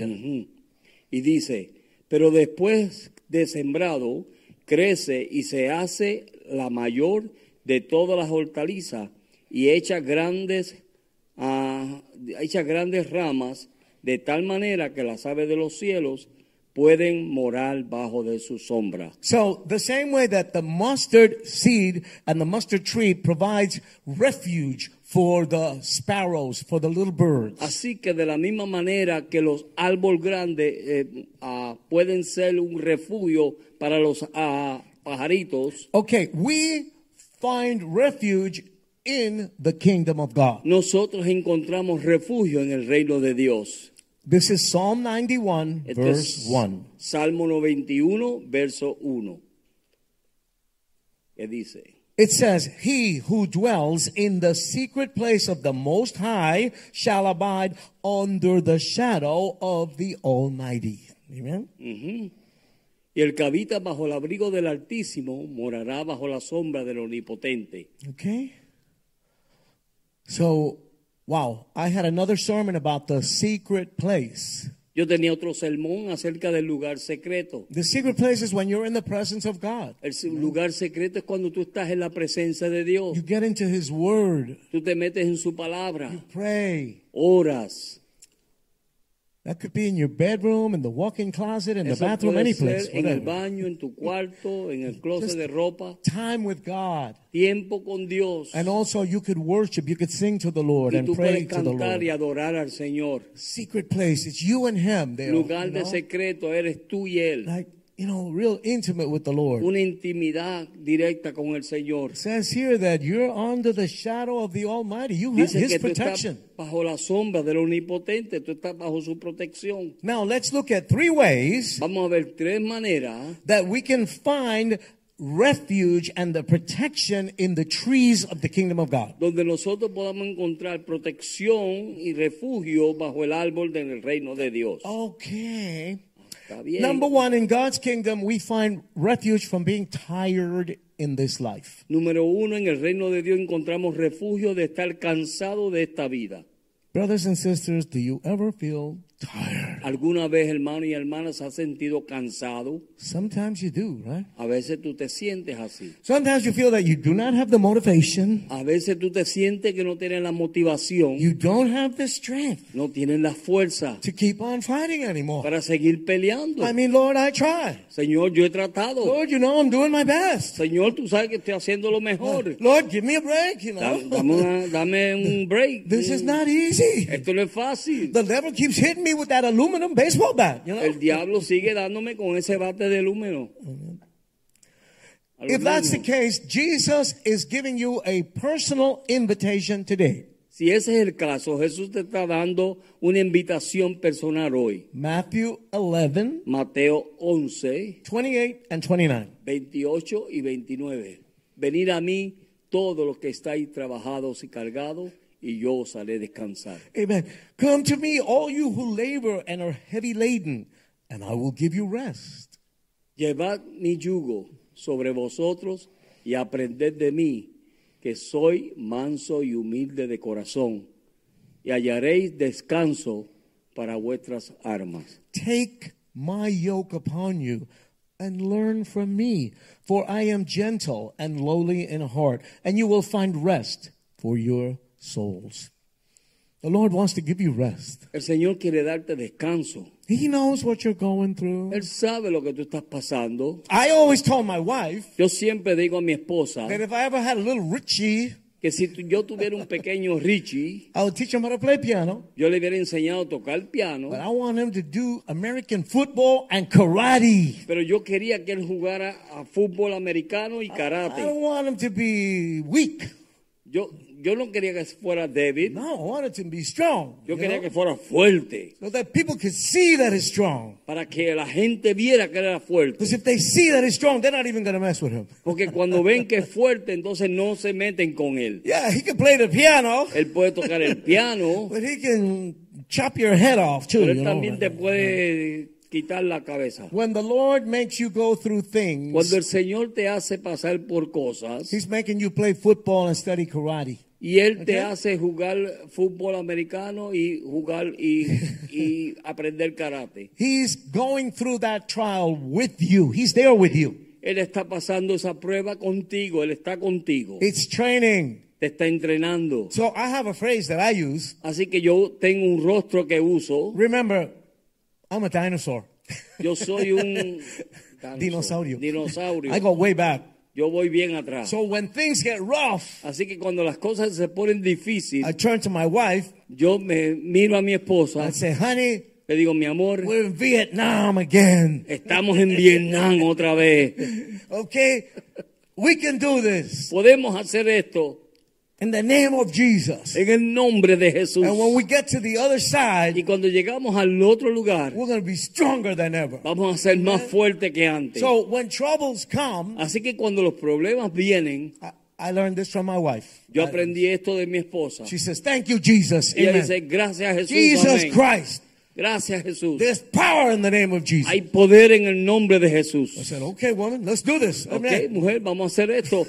S3: y dice, pero después de sembrado, crece y se hace la mayor de todas las hortalizas y echa grandes, ah, echa grandes ramas de tal manera que las aves de los cielos pueden morar bajo de su sombra.
S2: So, the same way that the mustard seed and the mustard tree provides refuge for the sparrows, for the little birds.
S3: Así que de la misma manera que los árboles grandes eh, ah, pueden ser un refugio para los ah, pajaritos,
S2: Okay, we find refuge in the kingdom of God.
S3: nosotros encontramos refugio en el reino de Dios.
S2: This is Psalm 91,
S3: Este
S2: verse
S3: es
S2: 1.
S3: Salmo 91, verso 1. Que dice,
S2: It says, He who dwells in the secret place of the Most High shall abide under the shadow of the Almighty. Amen.
S3: y el que habita bajo el abrigo del Altísimo morará bajo la sombra del Omnipotente.
S2: Okay. So, wow, I had another sermon about the secret place.
S3: Yo tenía otro sermón acerca del lugar secreto.
S2: The secret place is when you're in the presence of God,
S3: El se- lugar secreto es cuando tú estás en la presencia de Dios.
S2: you get into His Word,
S3: Tú te metes en su palabra,
S2: pray.
S3: oras.
S2: That could be in your bedroom, in the walk-in closet, in the
S3: Eso
S2: bathroom,
S3: puede
S2: any
S3: ser
S2: place.
S3: en el
S2: whatever.
S3: baño, en tu cuarto, en el closet de ropa.
S2: time with God.
S3: Tiempo con Dios.
S2: And also you could worship, you could sing to the Lord
S3: Y
S2: and
S3: tú
S2: pray
S3: puedes
S2: to the
S3: cantar y
S2: Lord.
S3: adorar al Señor.
S2: Secret place, it's you and him there.
S3: Lugar
S2: you
S3: de
S2: know?
S3: secreto eres tú y Él.
S2: Like, you know, real intimate with the Lord.
S3: Una intimidad directa con el Señor.
S2: It says here that you're under the shadow of the Almighty. You have
S3: Dice
S2: his
S3: que tú estás
S2: protection.
S3: bajo la sombra del Omnipotente. Tú estás bajo su protección.
S2: Now let's look at three ways
S3: Vamos a ver tres maneras
S2: that we can find refuge and the protection in the trees of the kingdom of God.
S3: donde nosotros podamos encontrar protección y refugio bajo el árbol del reino de Dios.
S2: Okay.
S3: Está bien.
S2: Oh, Number one, in God's kingdom, we find refuge from being tired in this life.
S3: Número uno, en el reino de Dios encontramos refugio de estar cansado de esta vida.
S2: Brothers and sisters, do you ever feel tired?
S3: ¿Alguna vez, hermano y hermanas, has sentido cansado?
S2: Sometimes you do, right?
S3: A veces tú te sientes así.
S2: Sometimes you feel that you do not have the motivation,
S3: A veces tú te sientes que no tienes la motivación,
S2: you don't have the strength
S3: no tienes la fuerza
S2: to keep on fighting anymore.
S3: para seguir peleando.
S2: I mean, Lord, I try.
S3: Señor, yo he tratado.
S2: Lord, you know I'm doing my best.
S3: Señor, tú sabes que estoy haciendo lo mejor.
S2: Lord, give me a break, you
S3: Da- Dame,
S2: know.
S3: una- dame un break.
S2: This is not easy.
S3: Esto no es fácil.
S2: The devil keeps hitting me with that aluminum baseball bat, you know.
S3: El diablo sigue dándome con ese bate de aluminio.
S2: If that's the case, Jesus is giving you a personal invitation today.
S3: Si ese es el caso, Jesús te está dando una invitación personal hoy.
S2: Matthew 11,
S3: Mateo 11,
S2: 28 and 29.
S3: 28 y 29. Venid a mí todos los que estáis trabajados y cargados, y yo os haré descansar.
S2: Amen. Come to me, all you who labor and are heavy laden, and I will give you rest.
S3: Llevad mi yugo sobre vosotros y aprended de mí, que soy manso y humilde de corazón, y hallaréis descanso para vuestras armas.
S2: Take my yoke upon you and learn from me, for I am gentle and lowly in heart, and you will find rest for your souls. The Lord wants to give you rest.
S3: El Señor quiere darte descanso.
S2: He knows what you're going through.
S3: Él sabe lo que tú estás pasando.
S2: I always told my wife
S3: Yo siempre digo a mi esposa
S2: that if I ever had a little Richie,
S3: que si tu- yo tuviera un pequeño Richie,
S2: I would teach him how to play piano.
S3: yo le hubiera enseñado a tocar piano,
S2: But I want him to do American football and karate.
S3: pero yo quería que él jugara a fútbol americano y
S2: I don't
S3: karate.
S2: want him to be weak.
S3: Yo, yo no quería que fuera débil,
S2: No, I want him to be strong.
S3: yo
S2: you
S3: quería
S2: know?
S3: que fuera fuerte,
S2: So that people can see that he's strong.
S3: para que la gente viera que él era fuerte.
S2: Because if they see that he's strong, they're not even going to mess with him.
S3: Porque cuando ven que es fuerte, entonces no se meten con él.
S2: Yeah, he can play the piano,
S3: Él puede tocar el piano,
S2: but he can chop your head off too.
S3: pero
S2: you
S3: él
S2: know?
S3: también te puede quitar la cabeza.
S2: When the Lord makes you go through
S3: Cuando el
S2: things,
S3: Señor te hace pasar por cosas
S2: he's making you play football and study karate.
S3: y Él te
S2: Ok.
S3: hace jugar fútbol americano y jugar y, y aprender karate.
S2: He's going through that trial with you. He's there with you.
S3: Él está pasando esa prueba contigo, Él está contigo,
S2: It's training.
S3: te está entrenando.
S2: So I have a phrase that I use.
S3: Así que yo tengo un rostro que uso,
S2: Remember, I'm a dinosaur.
S3: yo soy un
S2: Dinosaurio.
S3: dinosaurio.
S2: I go way back.
S3: Yo voy bien atrás.
S2: So when things get rough,
S3: Así que cuando las cosas se ponen
S2: I
S3: difíciles,
S2: turn to my wife.
S3: yo me miro a mi esposa,
S2: I say, honey,
S3: le digo, mi amor,
S2: we're in Vietnam again.
S3: estamos en Vietnam otra vez.
S2: Okay? We can do this
S3: Podemos hacer esto
S2: in the name of Jesus.
S3: en el nombre de Jesús.
S2: And when we get to the other
S3: Y
S2: side,
S3: cuando llegamos al otro lugar,
S2: we're going to be stronger than ever.
S3: vamos a ser más fuertes que antes.
S2: Eh. So when troubles come,
S3: Así que cuando los problemas vienen,
S2: I, I learned this from my wife.
S3: yo aprendí esto de mi esposa.
S2: She says, Thank you, Jesus.
S3: Ella
S2: Amen.
S3: dice, gracias Jesús.
S2: Jesus
S3: amén.
S2: Christ.
S3: Gracias Jesús.
S2: There's power in the name of Jesus.
S3: Hay poder en el nombre de
S2: I
S3: Jesús.
S2: said, Okay, woman, let's do this.
S3: Ok,
S2: Amen.
S3: mujer, vamos a hacer esto.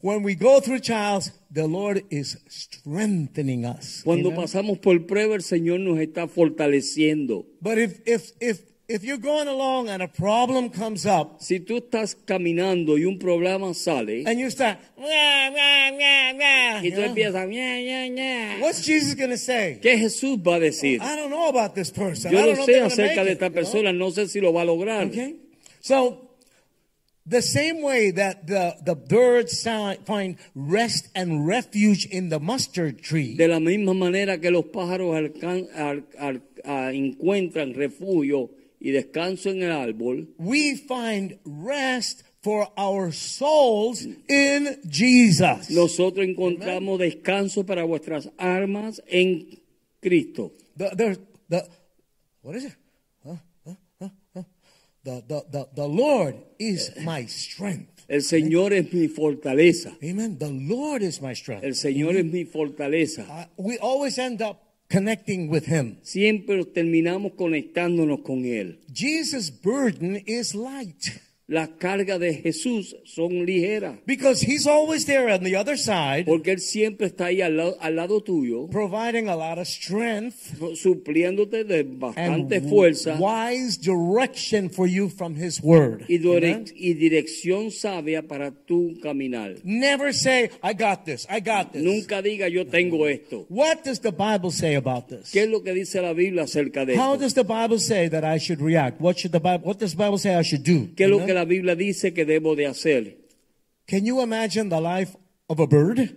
S2: When we go through trials, the Lord is strengthening us.
S3: Cuando pasamos por prueba, el Señor nos está fortaleciendo.
S2: But if if if if you're going along and a problem comes up
S3: Si tú estás caminando y un problema sale,
S2: and you start, "Nah, nah, nah, nah,"
S3: y
S2: you
S3: tú
S2: know,
S3: empiezas, "Ña, ña, ña".
S2: what's Jesus gonna say?
S3: ¿qué Jesús va a decir?
S2: I don't know about this person. I
S3: Yo
S2: don't
S3: no
S2: know
S3: sé
S2: if they're gonna
S3: acerca de
S2: make
S3: esta
S2: it," you know?
S3: persona, no sé si lo va a lograr.
S2: Okay. So the same way that the, the birds si- find rest and refuge in the mustard tree,
S3: De la misma manera que los pájaros alcan- al- al- ah, encuentran refugio y descanso en el árbol,
S2: we find rest for our souls in Jesus.
S3: nosotros encontramos descanso para vuestras almas en Cristo.
S2: The, the, the, what is it? Huh? Huh? Huh? Huh? The, the, the, the Lord is my strength.
S3: El Señor es mi fortaleza.
S2: Amen. The Lord is my
S3: El
S2: strength.
S3: Señor es mi fortaleza.
S2: Uh, we always end up connecting with Him.
S3: Siempre terminamos conectándonos con Él.
S2: Jesus' burden is light
S3: Las cargas de Jesús son ligeras,
S2: because He's always there on the other side,
S3: porque Él siempre está ahí al lado, al lado tuyo,
S2: providing a lot of strength
S3: supliéndote de bastante
S2: and
S3: fuerza
S2: wise direction for you from His Word.
S3: y, dire-
S2: Amen?
S3: y dirección sabia para tu caminar.
S2: Never say, I got this, I got this.
S3: Nunca diga yo tengo esto.
S2: What does the Bible say about this?
S3: ¿Qué es lo que dice la Biblia acerca de
S2: How
S3: esto?
S2: does the Bible say that I should react? What should the Bible what does the Bible say I should do?
S3: ¿Qué es lo
S2: Amen?
S3: que la Biblia dice que debo de hacer?
S2: Can you imagine the life of a bird?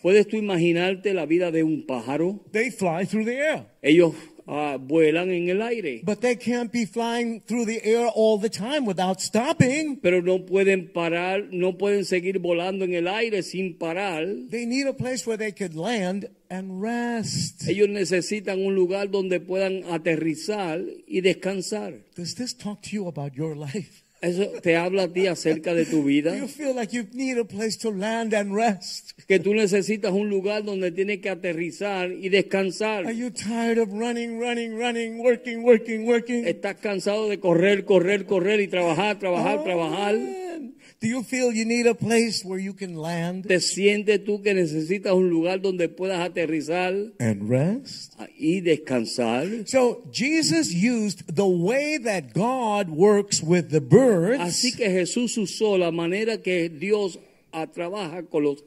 S3: ¿Puedes tú imaginarte la vida de un pájaro?
S2: They fly through the air,
S3: Ellos ah, vuelan en el aire,
S2: but they can't be flying through the air all the time without stopping.
S3: pero no pueden parar, no pueden seguir volando en el aire sin parar.
S2: They need a place where they could land and rest.
S3: Ellos necesitan un lugar donde puedan aterrizar y descansar.
S2: Does this talk to you about your life?
S3: Eso te habla a ti acerca de tu
S2: Do
S3: vida.
S2: you feel like you need a place to land and rest?
S3: que tú necesitas un lugar donde tienes que aterrizar y descansar.
S2: Are you tired of running, running, running, working, working, working?
S3: Estás cansado de correr, correr, correr y trabajar, trabajar,
S2: Oh,
S3: trabajar.
S2: man. Do you feel you need a place where you can land
S3: ¿Te sientes tú que necesitas un lugar donde puedas aterrizar
S2: and rest?
S3: y descansar?
S2: So Jesus used the way that God works with the birds
S3: Así que Jesús usó la manera que Dios ah, trabaja con los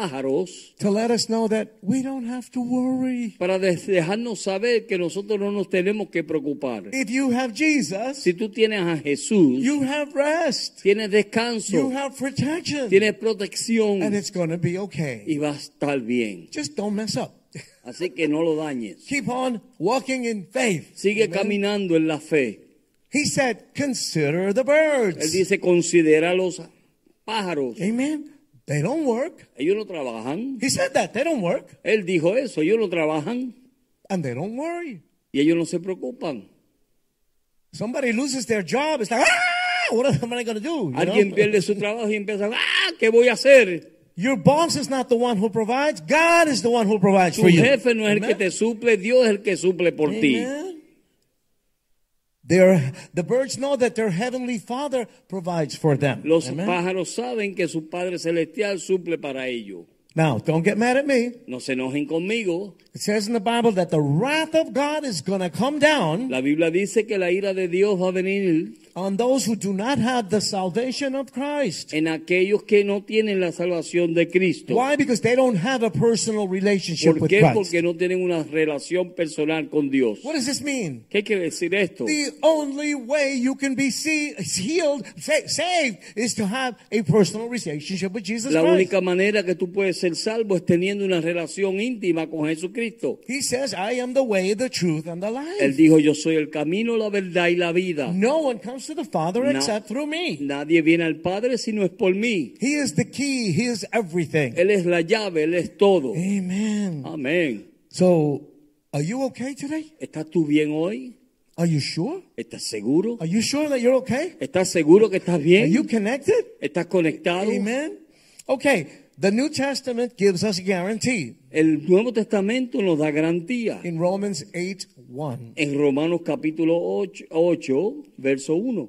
S3: pájaros
S2: to let us know that we don't have to worry.
S3: para des- dejarnos saber que nosotros no nos tenemos que preocupar.
S2: If you have Jesus,
S3: Si tú tienes a Jesús,
S2: you have rest.
S3: tienes
S2: You
S3: descanso,
S2: have protection.
S3: tienes protección
S2: And it's going to be okay.
S3: y va a estar bien.
S2: Just don't mess up.
S3: Así que no lo dañes.
S2: Keep on walking in faith.
S3: Sigue
S2: Amen.
S3: caminando en la fe.
S2: He said, consider the
S3: Él
S2: birds.
S3: dice, considera los
S2: Eh.
S3: pájaros.
S2: Amen. They don't work.
S3: Ellos no trabajan.
S2: He said that. They don't work.
S3: Él dijo eso, ellos no trabajan
S2: And they don't worry.
S3: y ellos no se preocupan.
S2: Somebody loses their job. It's like, ah, what am I going to do? You
S3: Alguien
S2: know?
S3: pierde su trabajo y empieza, ah, ¿qué voy a hacer?
S2: Your boss is not the one who provides. God is the one who provides
S3: Tu
S2: for you.
S3: jefe no es el que
S2: Amen.
S3: te suple, Dios es el que suple por ti.
S2: Amen. Their, the birds know that their heavenly father provides for them.
S3: Los
S2: Amen.
S3: pájaros saben que su Padre Celestial suple para ellos.
S2: Now, don't get mad at me.
S3: No se enojen conmigo.
S2: It says in the Bible that the wrath of God is going to come down
S3: La Biblia dice que la ira de Dios va a venir
S2: on those who do not have the salvation of Christ.
S3: en aquellos que no tienen la salvación de Cristo.
S2: Why? Because they don't have a personal relationship
S3: ¿Por
S2: with
S3: qué?
S2: Christ.
S3: Porque no tienen una relación personal con Dios.
S2: What does this mean?
S3: ¿Qué quiere decir esto?
S2: The only way you can be see, healed, sa- saved, is to have a personal relationship with Jesus
S3: La
S2: Christ.
S3: única manera que tú puedes ser salvo es teniendo una relación íntima con Jesucristo.
S2: He says, I am the way, the truth, and the
S3: Él
S2: life.
S3: dijo, yo soy el camino, la verdad y la vida.
S2: No one comes to the Father
S3: No.
S2: except through me.
S3: Nadie viene al Padre si no es por mí.
S2: He is the key. He is everything.
S3: Él es la llave, Él es todo.
S2: Eh. Amen.
S3: Amén.
S2: So, are you okay today?
S3: ¿Estás tú bien hoy?
S2: Are you sure?
S3: ¿Estás seguro?
S2: Are you sure that you're okay?
S3: ¿Estás seguro que estás
S2: Are you
S3: bien?
S2: connected?
S3: ¿Estás conectado?
S2: Amen. Okay. The New Testament gives us a guarantee
S3: El Nuevo Testamento nos da garantía.
S2: in Romans 8 1.
S3: En Romanos capítulo 8, 8, verso 1.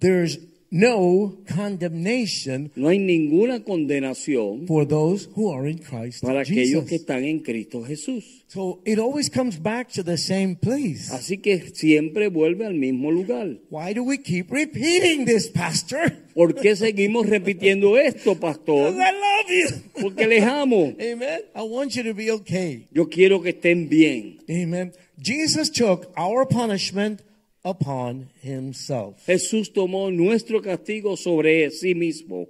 S2: There's no condemnation
S3: No hay ninguna condenación
S2: for those who are in Christ
S3: para aquellos que
S2: Jesus.
S3: están en Cristo Jesús.
S2: So it always comes back to the same place.
S3: Así que siempre vuelve al mismo lugar.
S2: Why do we keep repeating this, Pastor?
S3: ¿Por qué seguimos repitiendo esto,
S2: 'Cause
S3: pastor?
S2: I love you.
S3: Porque les amo.
S2: Amen. I want you to be okay.
S3: Yo quiero que estén bien.
S2: Amen. Jesus took our punishment upon himself.
S3: Jesús tomó nuestro castigo sobre sí mismo.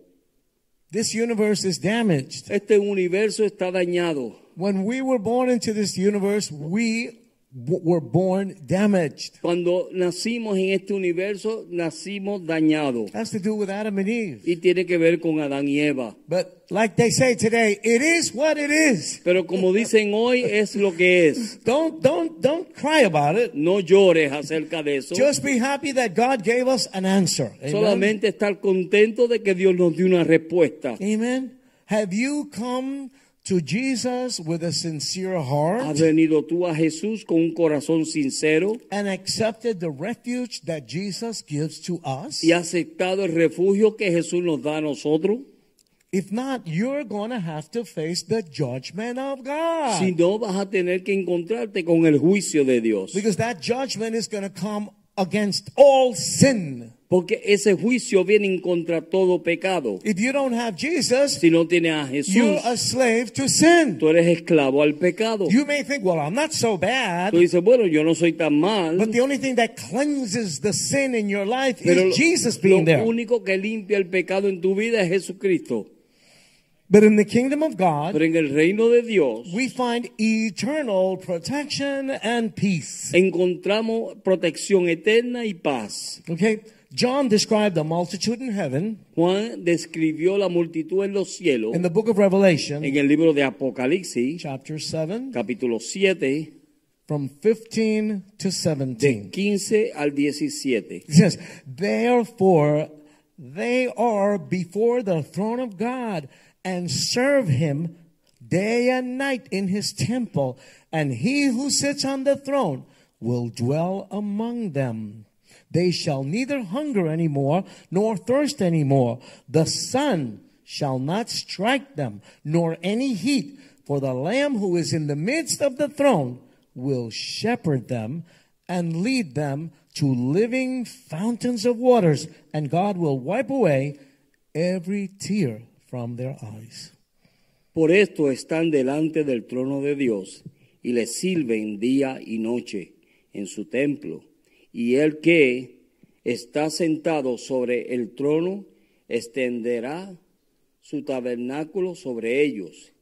S2: This universe is damaged.
S3: Este universo está dañado.
S2: When we were born into this universe, we w- were born damaged.
S3: Cuando nacimos en este universo, nacimos dañados.
S2: Has to do with Adam and Eve.
S3: Y tiene que ver con Adán y Eva.
S2: But like they say today, it is what it is.
S3: Pero como dicen hoy, es lo que es.
S2: Don't don't don't cry about it.
S3: No llores acerca de eso.
S2: Just be happy that God gave us an answer. Amen.
S3: Solamente estar contento de que Dios nos dio una respuesta.
S2: Amen. Have you come to Jesus with a sincere
S3: Has
S2: heart
S3: venido tú a Jesús con un corazón sincero
S2: and accepted the refuge that Jesus gives to us?
S3: y has aceptado el refugio que Jesús nos da a nosotros.
S2: If not, you're going to have to face the judgment of God.
S3: Si no, vas a tener que encontrarte con el juicio de Dios.
S2: Because that judgment is going to come against all sin.
S3: Porque ese juicio viene en contra todo pecado.
S2: If you don't have Jesus,
S3: Si no tienes a Jesús,
S2: you're a slave to sin.
S3: tú eres esclavo al pecado.
S2: You may think, well, I'm not so bad.
S3: Tú dices, bueno, yo no soy tan
S2: But
S3: mal,
S2: the only thing that cleanses the sin in your life
S3: pero
S2: is Jesus being
S3: lo
S2: there.
S3: único que limpia el pecado en tu vida es Jesucristo.
S2: But in the kingdom of God,
S3: Pero en el reino de Dios
S2: we find eternal protection and peace.
S3: encontramos protección eterna y paz.
S2: Okay? John described the multitude in heaven
S3: Juan describió la multitud en los cielos
S2: in the book of Revelation,
S3: en el libro de Apocalipsis,
S2: chapter 7,
S3: capítulo 7,
S2: from 15 to 17.
S3: 15 al 17.
S2: It says, Therefore, they are before the throne of God and serve him day and night in his temple. And he who sits on the throne will dwell among them. They shall neither hunger anymore nor thirst anymore. The sun shall not strike them, nor any heat. For the Lamb who is in the midst of the throne will shepherd them and lead them to living fountains of waters, and God will wipe away every tear from their eyes.
S3: Por esto están delante del trono de Dios y le sirven día y noche en su templo. Y el que está sentado sobre el trono extenderá su tabernáculo sobre ellos.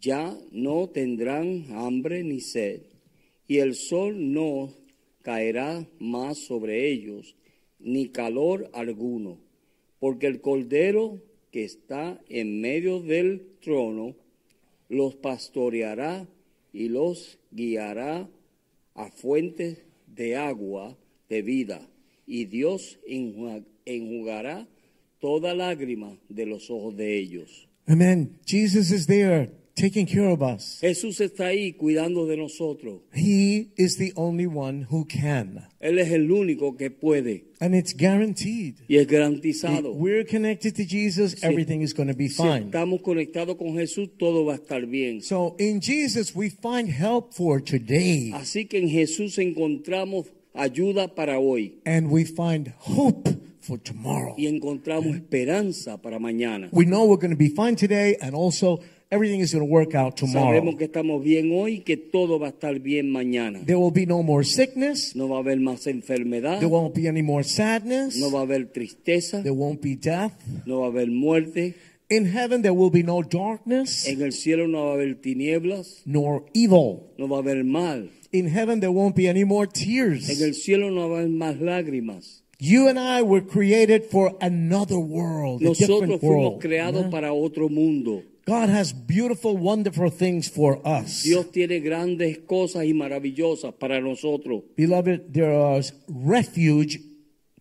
S3: Ya no tendrán hambre ni sed, y el sol no caerá más sobre ellos, ni calor alguno, porque el cordero que está en medio del trono los pastoreará y los guiará a fuentes de agua de vida, y Dios enju- enjugará toda lágrima de los ojos de ellos.
S2: Amen. Jesus is there taking care of us.
S3: Jesús está ahí cuidando de nosotros.
S2: He is the only one who can.
S3: Él es el único que puede
S2: And it's guaranteed.
S3: y es
S2: If
S3: garantizado.
S2: we're connected to Jesus, everything is going to be
S3: Si
S2: fine.
S3: estamos conectados con Jesús, todo va a estar bien.
S2: So in Jesus, we find help for today
S3: Así que en Jesús encontramos ayuda para hoy
S2: and we find hope for tomorrow.
S3: y encontramos esperanza para mañana.
S2: We know we're going to be fine today and also everything is going to work out
S3: Sabemos
S2: tomorrow.
S3: que estamos bien hoy y que todo va a estar bien mañana.
S2: There will be no more sickness.
S3: No va a haber más enfermedad,
S2: There won't be any more sadness.
S3: no va a haber tristeza,
S2: There won't be death.
S3: no va a haber muerte.
S2: In heaven, there will be no darkness
S3: En el cielo no va a haber tinieblas,
S2: nor evil.
S3: no va a haber mal.
S2: In heaven, there won't be any more
S3: En el
S2: tears.
S3: cielo no va a haber más lágrimas.
S2: You and I were created for another world, a
S3: Nosotros
S2: different
S3: fuimos
S2: world.
S3: creados para otro mundo.
S2: God has beautiful, wonderful things for us.
S3: Dios tiene grandes cosas y maravillosas para nosotros.
S2: Beloved, there is refuge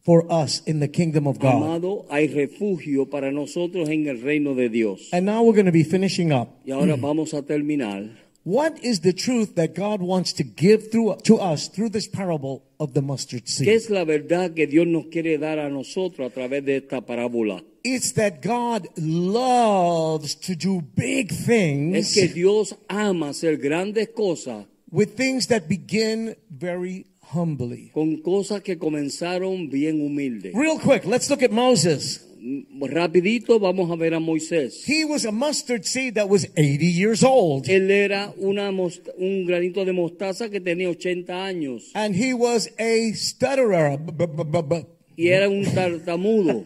S2: for us in the kingdom of God.
S3: Amado, hay refugio para nosotros en el reino de Dios.
S2: And now we're going to be finishing up.
S3: Y ahora vamos a terminar.
S2: What is the truth that God wants to give through to us through this parable of the mustard
S3: ¿Qué
S2: seed?
S3: es la verdad que Dios nos quiere dar a nosotros a través de esta parábola?
S2: It's that God loves to do big
S3: Es
S2: things
S3: que Dios ama hacer grandes cosas
S2: with things that begin very humbly.
S3: con cosas que comenzaron bien humildes. Mm,
S2: Real quick, let's look at Moses.
S3: Rapidito vamos a ver a Moisés.
S2: He was a mustard seed that was 80 years old.
S3: Él era una most- un granito de mostaza que tenía 80 años
S2: And he was a stutterer. B- b- b- b-
S3: y era un tartamudo.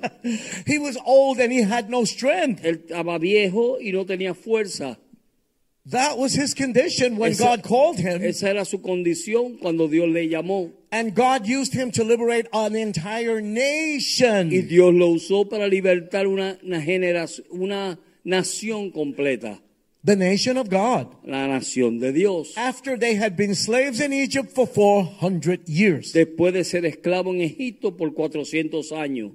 S2: He was old and he had no strength.
S3: Él estaba viejo y no tenía fuerza.
S2: That was his condition when
S3: Esa-
S2: God called him.
S3: Esa era su condición cuando Dios le llamó.
S2: And God used him to liberate an entire
S3: Y
S2: nation.
S3: Dios lo usó para libertar una, una generación, una nación completa,
S2: The nation of God.
S3: la nación de Dios.
S2: After they had been slaves in Egypt for 400 years.
S3: Después de ser esclavo en Egipto por 400 años,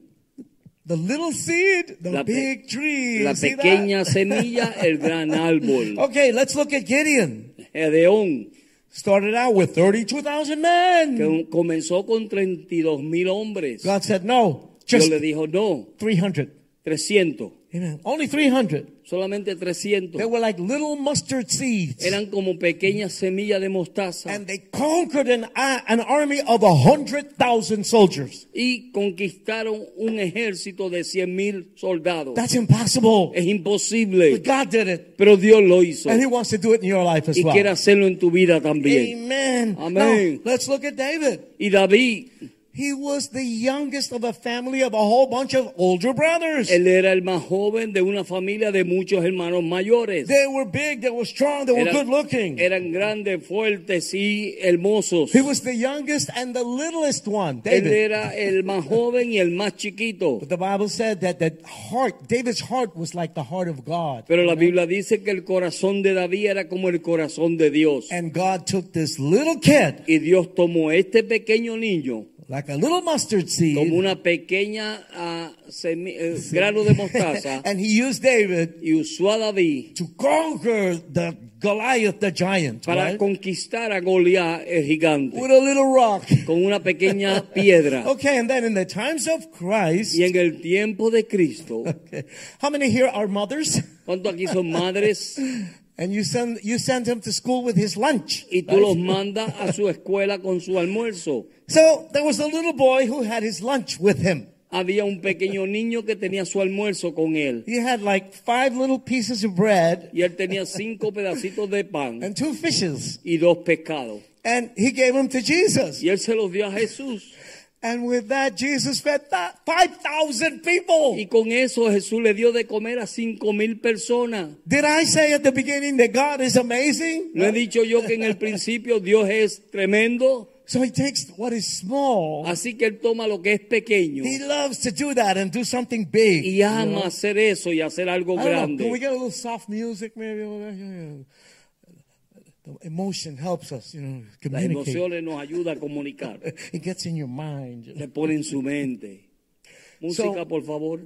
S2: The little seed, the
S3: La pe-
S2: big tree.
S3: la
S2: See that?
S3: pequeña semilla, el gran árbol.
S2: Okay, let's look at Gideon.
S3: Gedeón,
S2: Started out with 32,000 men.
S3: que comenzó con 32 mil hombres.
S2: God said, no,
S3: Dios
S2: just
S3: le dijo, no,
S2: 300.
S3: 300,
S2: Amen. Only 300.
S3: solamente 300.
S2: They were like little mustard seeds.
S3: Eran como pequeñas semillas de mostaza.
S2: And they conquered an, an army of a hundred thousand soldiers.
S3: y conquistaron un ejército de 100 mil soldados.
S2: That's impossible. But
S3: es imposible,
S2: God did it.
S3: pero Dios lo hizo
S2: And He wants to do it in your life as
S3: y
S2: well.
S3: quiere hacerlo en tu vida también.
S2: Amen.
S3: Amén.
S2: Now, let's look at David.
S3: Y David,
S2: He was the youngest of a family of a whole bunch of older brothers.
S3: él era el más joven de una familia de muchos hermanos mayores.
S2: They were big, they were strong, they were
S3: Eran-
S2: good looking.
S3: eran grandes, fuertes y hermosos.
S2: He was the youngest and the littlest one,
S3: Él
S2: David.
S3: era el más joven y el más chiquito.
S2: But the Bible said that the heart, David's heart was like the heart of God.
S3: Pero la Biblia dice que el corazón de David era como el corazón de Dios.
S2: And God took this little kid
S3: Y Dios tomó este pequeño niño
S2: like like a little mustard
S3: como
S2: seed.
S3: una pequeña ah, semi- eh, grano de mostaza
S2: And he used David
S3: y usó a David
S2: to conquer the Goliath, the giant,
S3: para
S2: right?
S3: conquistar a Goliat el gigante
S2: with a little rock.
S3: con una pequeña piedra.
S2: Okay, and then in the times of Christ,
S3: Y en el tiempo de Cristo,
S2: okay, how many here are mothers?
S3: cuando aquí son madres
S2: And you send you send him to school with his lunch.
S3: y tú los mandas a su escuela con su almuerzo.
S2: So there was a little boy who had his lunch with him.
S3: Había un pequeño niño que tenía su almuerzo con él
S2: He had like five little pieces of bread
S3: y él tenía cinco pedacitos de pan
S2: and two fishes.
S3: y dos pescados.
S2: And he gave them to Jesus.
S3: Y él se los dio a Jesús.
S2: And with that, Jesus fed that 5,000 people.
S3: Y con eso Jesús le dio de comer a cinco mil personas.
S2: Did I say at the beginning that God is amazing?
S3: No he dicho yo que en el principio Dios es tremendo,
S2: So he takes what is small.
S3: así que él toma lo que es pequeño
S2: He loves to do that and do something big.
S3: y ama hacer eso y hacer algo
S2: I don't know, can we
S3: grande.
S2: get a little soft music maybe over there? Yeah, yeah. The emotion helps us, you know,
S3: Las
S2: communicate.
S3: emociones nos ayuda a comunicar.
S2: It gets in your mind. you know.
S3: Se pone en su mente. Música,
S2: So-
S3: por favor.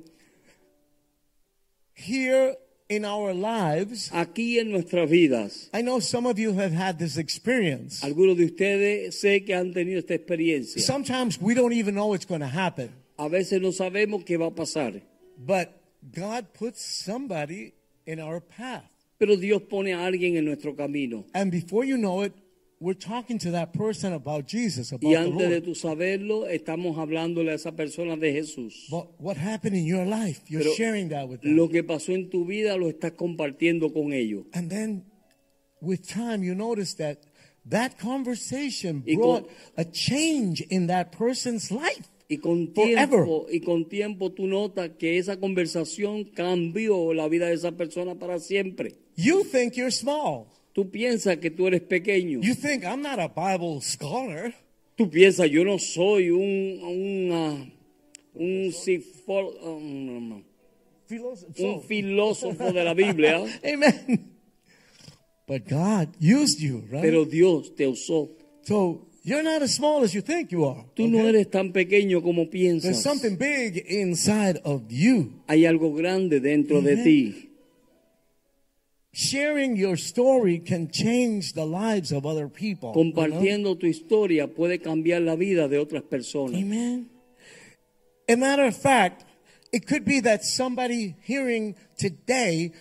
S2: Here in our lives,
S3: Aquí en nuestras vidas,
S2: I know some of you have had this experience.
S3: algunos de ustedes sé que han tenido esta experiencia.
S2: Sometimes we don't even know it's going to happen.
S3: A veces no sabemos qué va a pasar,
S2: But God puts somebody in our path.
S3: pero Dios pone a alguien en nuestro camino.
S2: And before you know it, we're talking to that person about Jesus, about
S3: Y
S2: the
S3: antes de
S2: Lord.
S3: tú saberlo, estamos hablándole a esa persona de Jesús.
S2: But what happened in your life, you're
S3: Pero
S2: sharing that with them.
S3: Lo que pasó en tu vida lo estás compartiendo con ellos.
S2: And then with time, you notice that that conversation
S3: Y con-
S2: brought a change in that person's life.
S3: Y con
S2: Forever.
S3: tiempo, y con tiempo tú notas que esa conversación cambió la vida de esa persona para siempre.
S2: You think you're small.
S3: Tú piensas que tú eres pequeño.
S2: You think I'm not a Bible scholar.
S3: Tú piensas, yo no soy un una- un, sifo- um, no, no, un
S2: Philosopher.
S3: filósofo de la Biblia,
S2: Amen. But God used you, right?
S3: pero Dios te usó.
S2: So you're not as small as you think you are.
S3: Tú
S2: okay?
S3: no eres tan pequeño como
S2: There's
S3: piensas.
S2: something big inside of you.
S3: Hay algo grande dentro de
S2: Amen.
S3: ti.
S2: Sharing your story can change the lives of other people. you know?
S3: Compartiendo tu historia puede cambiar la vida de otras personas.
S2: Amen. A matter of fact, it could be that somebody hearing today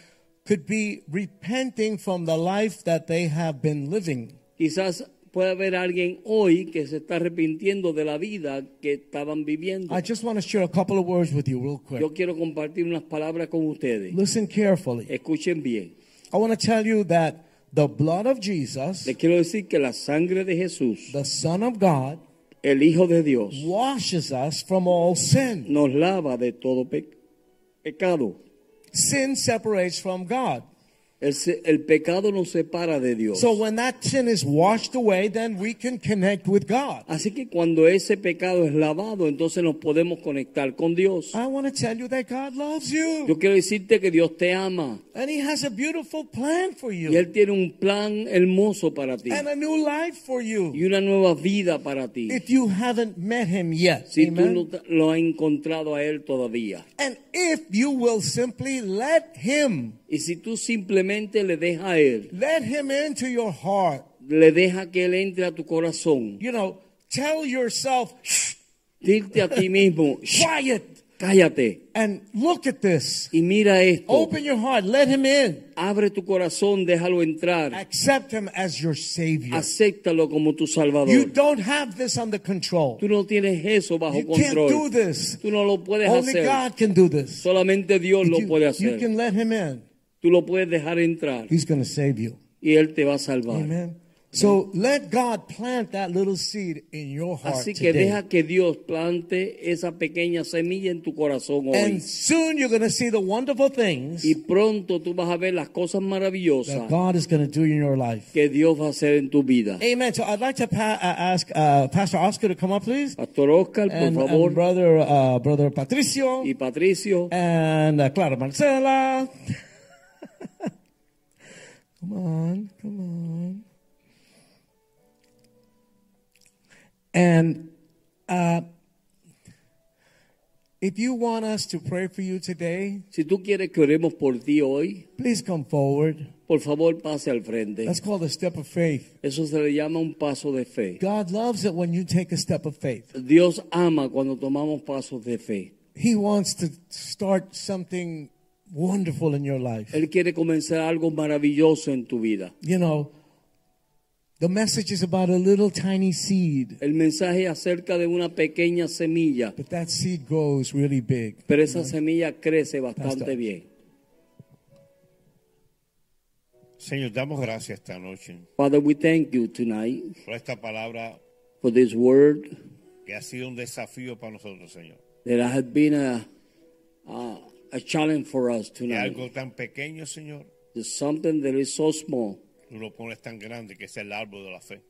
S2: could be repenting from the life that they have been living.
S3: Quizás puede haber alguien hoy que se está arrepintiendo de la vida que estaban viviendo.
S2: I just want to share a couple of words with you, real quick.
S3: Yo quiero compartir unas palabras con ustedes.
S2: Listen carefully.
S3: Escuchen bien.
S2: I want to tell you that the blood of Jesus,
S3: Les quiero decir que la sangre de Jesús,
S2: the Son of God,
S3: el Hijo de Dios,
S2: washes us from all sin.
S3: nos lava de todo pe- pecado.
S2: Sin separates from God.
S3: El, se- el pecado nos separa de Dios.
S2: So when that sin is washed away, then we can connect with God.
S3: Así que cuando ese pecado es lavado, entonces nos podemos conectar con Dios.
S2: I want to tell you that God loves you
S3: Yo quiero decirte que Dios te ama
S2: and He has a beautiful plan for
S3: y
S2: you
S3: Él tiene un plan hermoso para ti
S2: and a new life for
S3: y
S2: you
S3: una nueva vida para ti.
S2: if you haven't met Him yet.
S3: si tú no
S2: Amen.
S3: te- lo has encontrado a Él todavía.
S2: And if you will simply let Him,
S3: Y si tú simplemente le dejas a Él,
S2: let Him into your heart,
S3: le dejas que Él entre a tu corazón,
S2: you know, tell yourself, "Shh,
S3: dite a ti mismo, "Shh,
S2: quiet,
S3: cállate
S2: and look at this.
S3: y mira esto.
S2: Open your heart, let Him in,
S3: Abre tu corazón, déjalo entrar.
S2: accept Him as your Savior.
S3: Acéptalo como tu
S2: You
S3: Salvador.
S2: don't have this under control.
S3: Tú no tienes eso bajo
S2: You can't do
S3: control.
S2: this.
S3: Tú no lo puedes
S2: Only
S3: hacer.
S2: God can do this.
S3: Solamente Dios lo
S2: you,
S3: puede
S2: you
S3: hacer.
S2: can let Him in.
S3: Tú lo puedes dejar entrar
S2: He's going to save you.
S3: y Él te va a salvar.
S2: Amen. So let God plant that little seed in your heart
S3: Así que
S2: today.
S3: deja que Dios plante esa pequeña semilla en tu corazón hoy.
S2: And soon you're going to see the wonderful things
S3: Y pronto tú vas a ver las cosas
S2: that
S3: maravillosas
S2: God is going to do in your life.
S3: que Dios va a hacer en tu vida.
S2: Amen. So I'd like to pa- uh, ask uh, Pastor Oscar to come up, please,
S3: Pastor Oscar, por
S2: and, and
S3: favor,
S2: brother uh, brother Patricio
S3: y Patricio,
S2: and uh, Clara Marcela. come on, come on. And uh, If you want us to pray for you today,
S3: Si tú quieres que oremos por ti hoy,
S2: please come forward.
S3: por favor pase al frente.
S2: That's called a step of faith.
S3: Eso se le llama un paso de fe.
S2: God loves it when you take a step of faith.
S3: Dios ama cuando tomamos pasos de fe.
S2: He wants to start something wonderful in your life.
S3: Él quiere comenzar algo maravilloso en tu vida.
S2: You know, the message is about a little tiny seed,
S3: El mensaje acerca de una pequeña semilla,
S2: but that seed grows really big.
S3: pero esa semilla crece bastante
S2: Pastor.
S3: bien.
S4: Señor, damos gracias esta noche
S3: Father, we thank you tonight
S4: por esta palabra
S3: for this word
S4: que ha sido un desafío para nosotros, Señor.
S3: that has been a, a, a challenge for us
S4: Que
S3: tonight.
S4: algo tan pequeño, Señor,
S3: There's something that is so small.
S4: tú lo pones tan grande que es el árbol de la fe.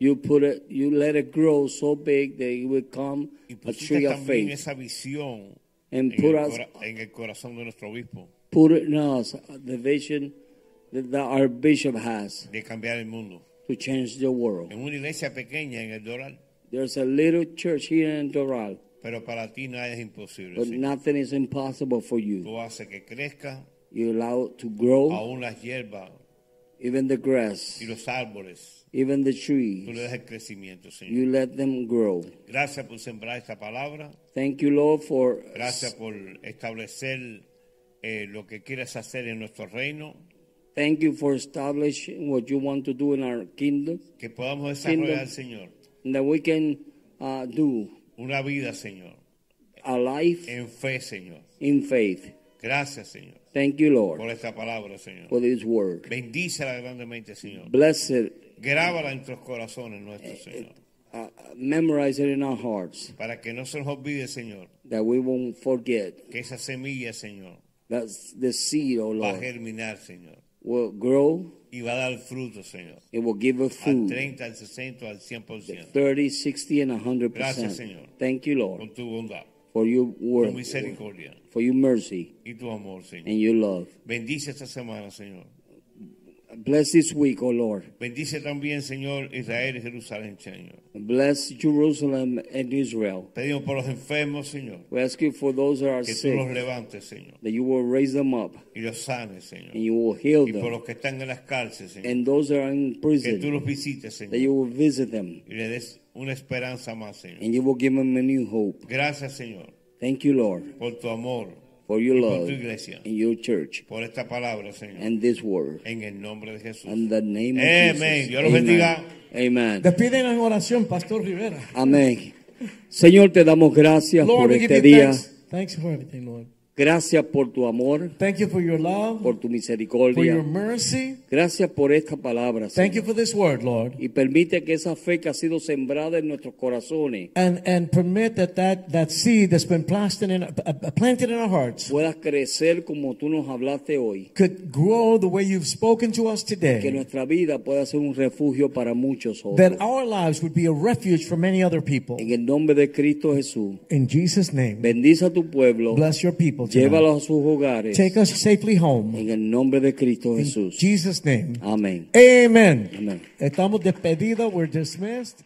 S3: You put it, you let it grow so big that it will come
S4: Y
S3: a tree
S4: pusiste
S3: of
S4: también
S3: faith,
S4: esa visión en
S3: and
S4: el,
S3: put us,
S4: cora- en el corazón de nuestro obispo
S3: put in us the vision that, that our bishop has
S4: de cambiar el mundo.
S3: to change the world.
S4: En una iglesia pequeña en el Doral,
S3: There's a little church here in Doral,
S4: pero para ti nada es imposible.
S3: but
S4: Señor.
S3: nothing is impossible for you.
S4: Tú haces que crezca
S3: You allow it to grow,
S4: aún las hierbas
S3: even the grass,
S4: y los árboles.
S3: even the
S4: Tú le
S3: trees.
S4: das el crecimiento, Señor.
S3: You let them grow.
S4: Gracias por sembrar esta palabra.
S3: Thank you, Lord, for
S4: Gracias por establecer eh, lo que quieres hacer en nuestro reino.
S3: thank you for establishing what you want to do in our kingdom,
S4: Que podamos
S3: Kingdom.
S4: desarrollar, Señor,
S3: and that we can uh, do
S4: una vida, Señor,
S3: a life
S4: en fe, Señor.
S3: in faith.
S4: Gracias, Señor,
S3: Thank you,
S4: por
S3: Lord,
S4: esta palabra, Señor.
S3: for this word.
S4: Bendícela grandemente, Señor.
S3: Bless it,
S4: Grábala en nuestros corazones, nuestro Señor.
S3: uh, memorize it in our hearts,
S4: Para que no se nos olvide, Señor,
S3: that we won't forget
S4: que esa semilla, Señor,
S3: that the seed, oh
S4: va a
S3: Lord,
S4: germinar, Señor.
S3: will grow,
S4: Y va a dar fruto, Señor.
S3: it will give us
S4: Al
S3: food
S4: 30, al 60, al 100%.
S3: 30, 60, and 100%.
S4: Gracias, Señor.
S3: Thank you, Lord,
S4: Con tu bondad,
S3: for your
S4: tu
S3: word,
S4: misericordia
S3: for your mercy
S4: y tu amor,
S3: and
S4: Señor.
S3: your love.
S4: Bendice esta semana, Señor.
S3: Bless this week, oh Lord.
S4: Bendice también, Señor, Israel y Jerusalén, Señor.
S3: Bless Jerusalem and Israel.
S4: Pedimos por los enfermos, Señor,
S3: We ask you for those that are
S4: que tú los
S3: sick,
S4: levantes, Señor,
S3: that you will raise them up
S4: y los sanes, Señor.
S3: and you will heal
S4: Y por
S3: them.
S4: los que están en las cárceles, Señor,
S3: And those that are in
S4: que tú
S3: prison,
S4: los visites,
S3: that you
S4: Señor,
S3: will visit them
S4: y le des una esperanza más, Señor.
S3: and you will give them a new hope.
S4: Gracias, Señor,
S3: Thank you, Lord,
S4: por tu amor,
S3: for your
S4: por
S3: love
S4: tu iglesia.
S3: and your church
S4: por esta palabra, Señor,
S3: and this word.
S4: en el nombre de Jesús.
S3: In the name of
S4: Amén.
S3: Jesus.
S4: Dios los bendiga.
S3: Amen.
S2: Te piden en oración, Pastor Rivera.
S3: Amén. Señor, te damos gracias
S2: Lord,
S3: por
S2: we give
S3: este
S2: you
S3: día.
S2: thanks. Thanks for everything, Lord.
S3: Gracias por tu amor,
S2: Thank you for your love,
S3: por
S2: for
S3: tu
S2: your
S3: misericordia.
S2: mercy.
S3: Gracias por esta palabra,
S2: Thank
S3: Señor.
S2: you for this word, Lord.
S3: y permite que esa fe que ha sido sembrada en nuestros corazones
S2: And and permit that that, that seed that's been planted in uh, uh, planted in our hearts
S3: pueda crecer como tú nos hablaste hoy.
S2: could grow the way you've spoken to us
S3: Que
S2: today.
S3: nuestra vida pueda ser un refugio para muchos otros.
S2: That our lives would be a refuge for many other people.
S3: En el nombre de Cristo Jesús,
S2: In Jesus' name,
S3: bendice a tu pueblo,
S2: bless your people. tonight.
S3: llévalos a sus hogares.
S2: Take us safely home.
S3: En el nombre de Cristo
S2: In
S3: Jesús.
S2: Jesus' name,
S3: Amén.
S2: Amen.
S3: Amen.
S2: Estamos despedidos. We're dismissed.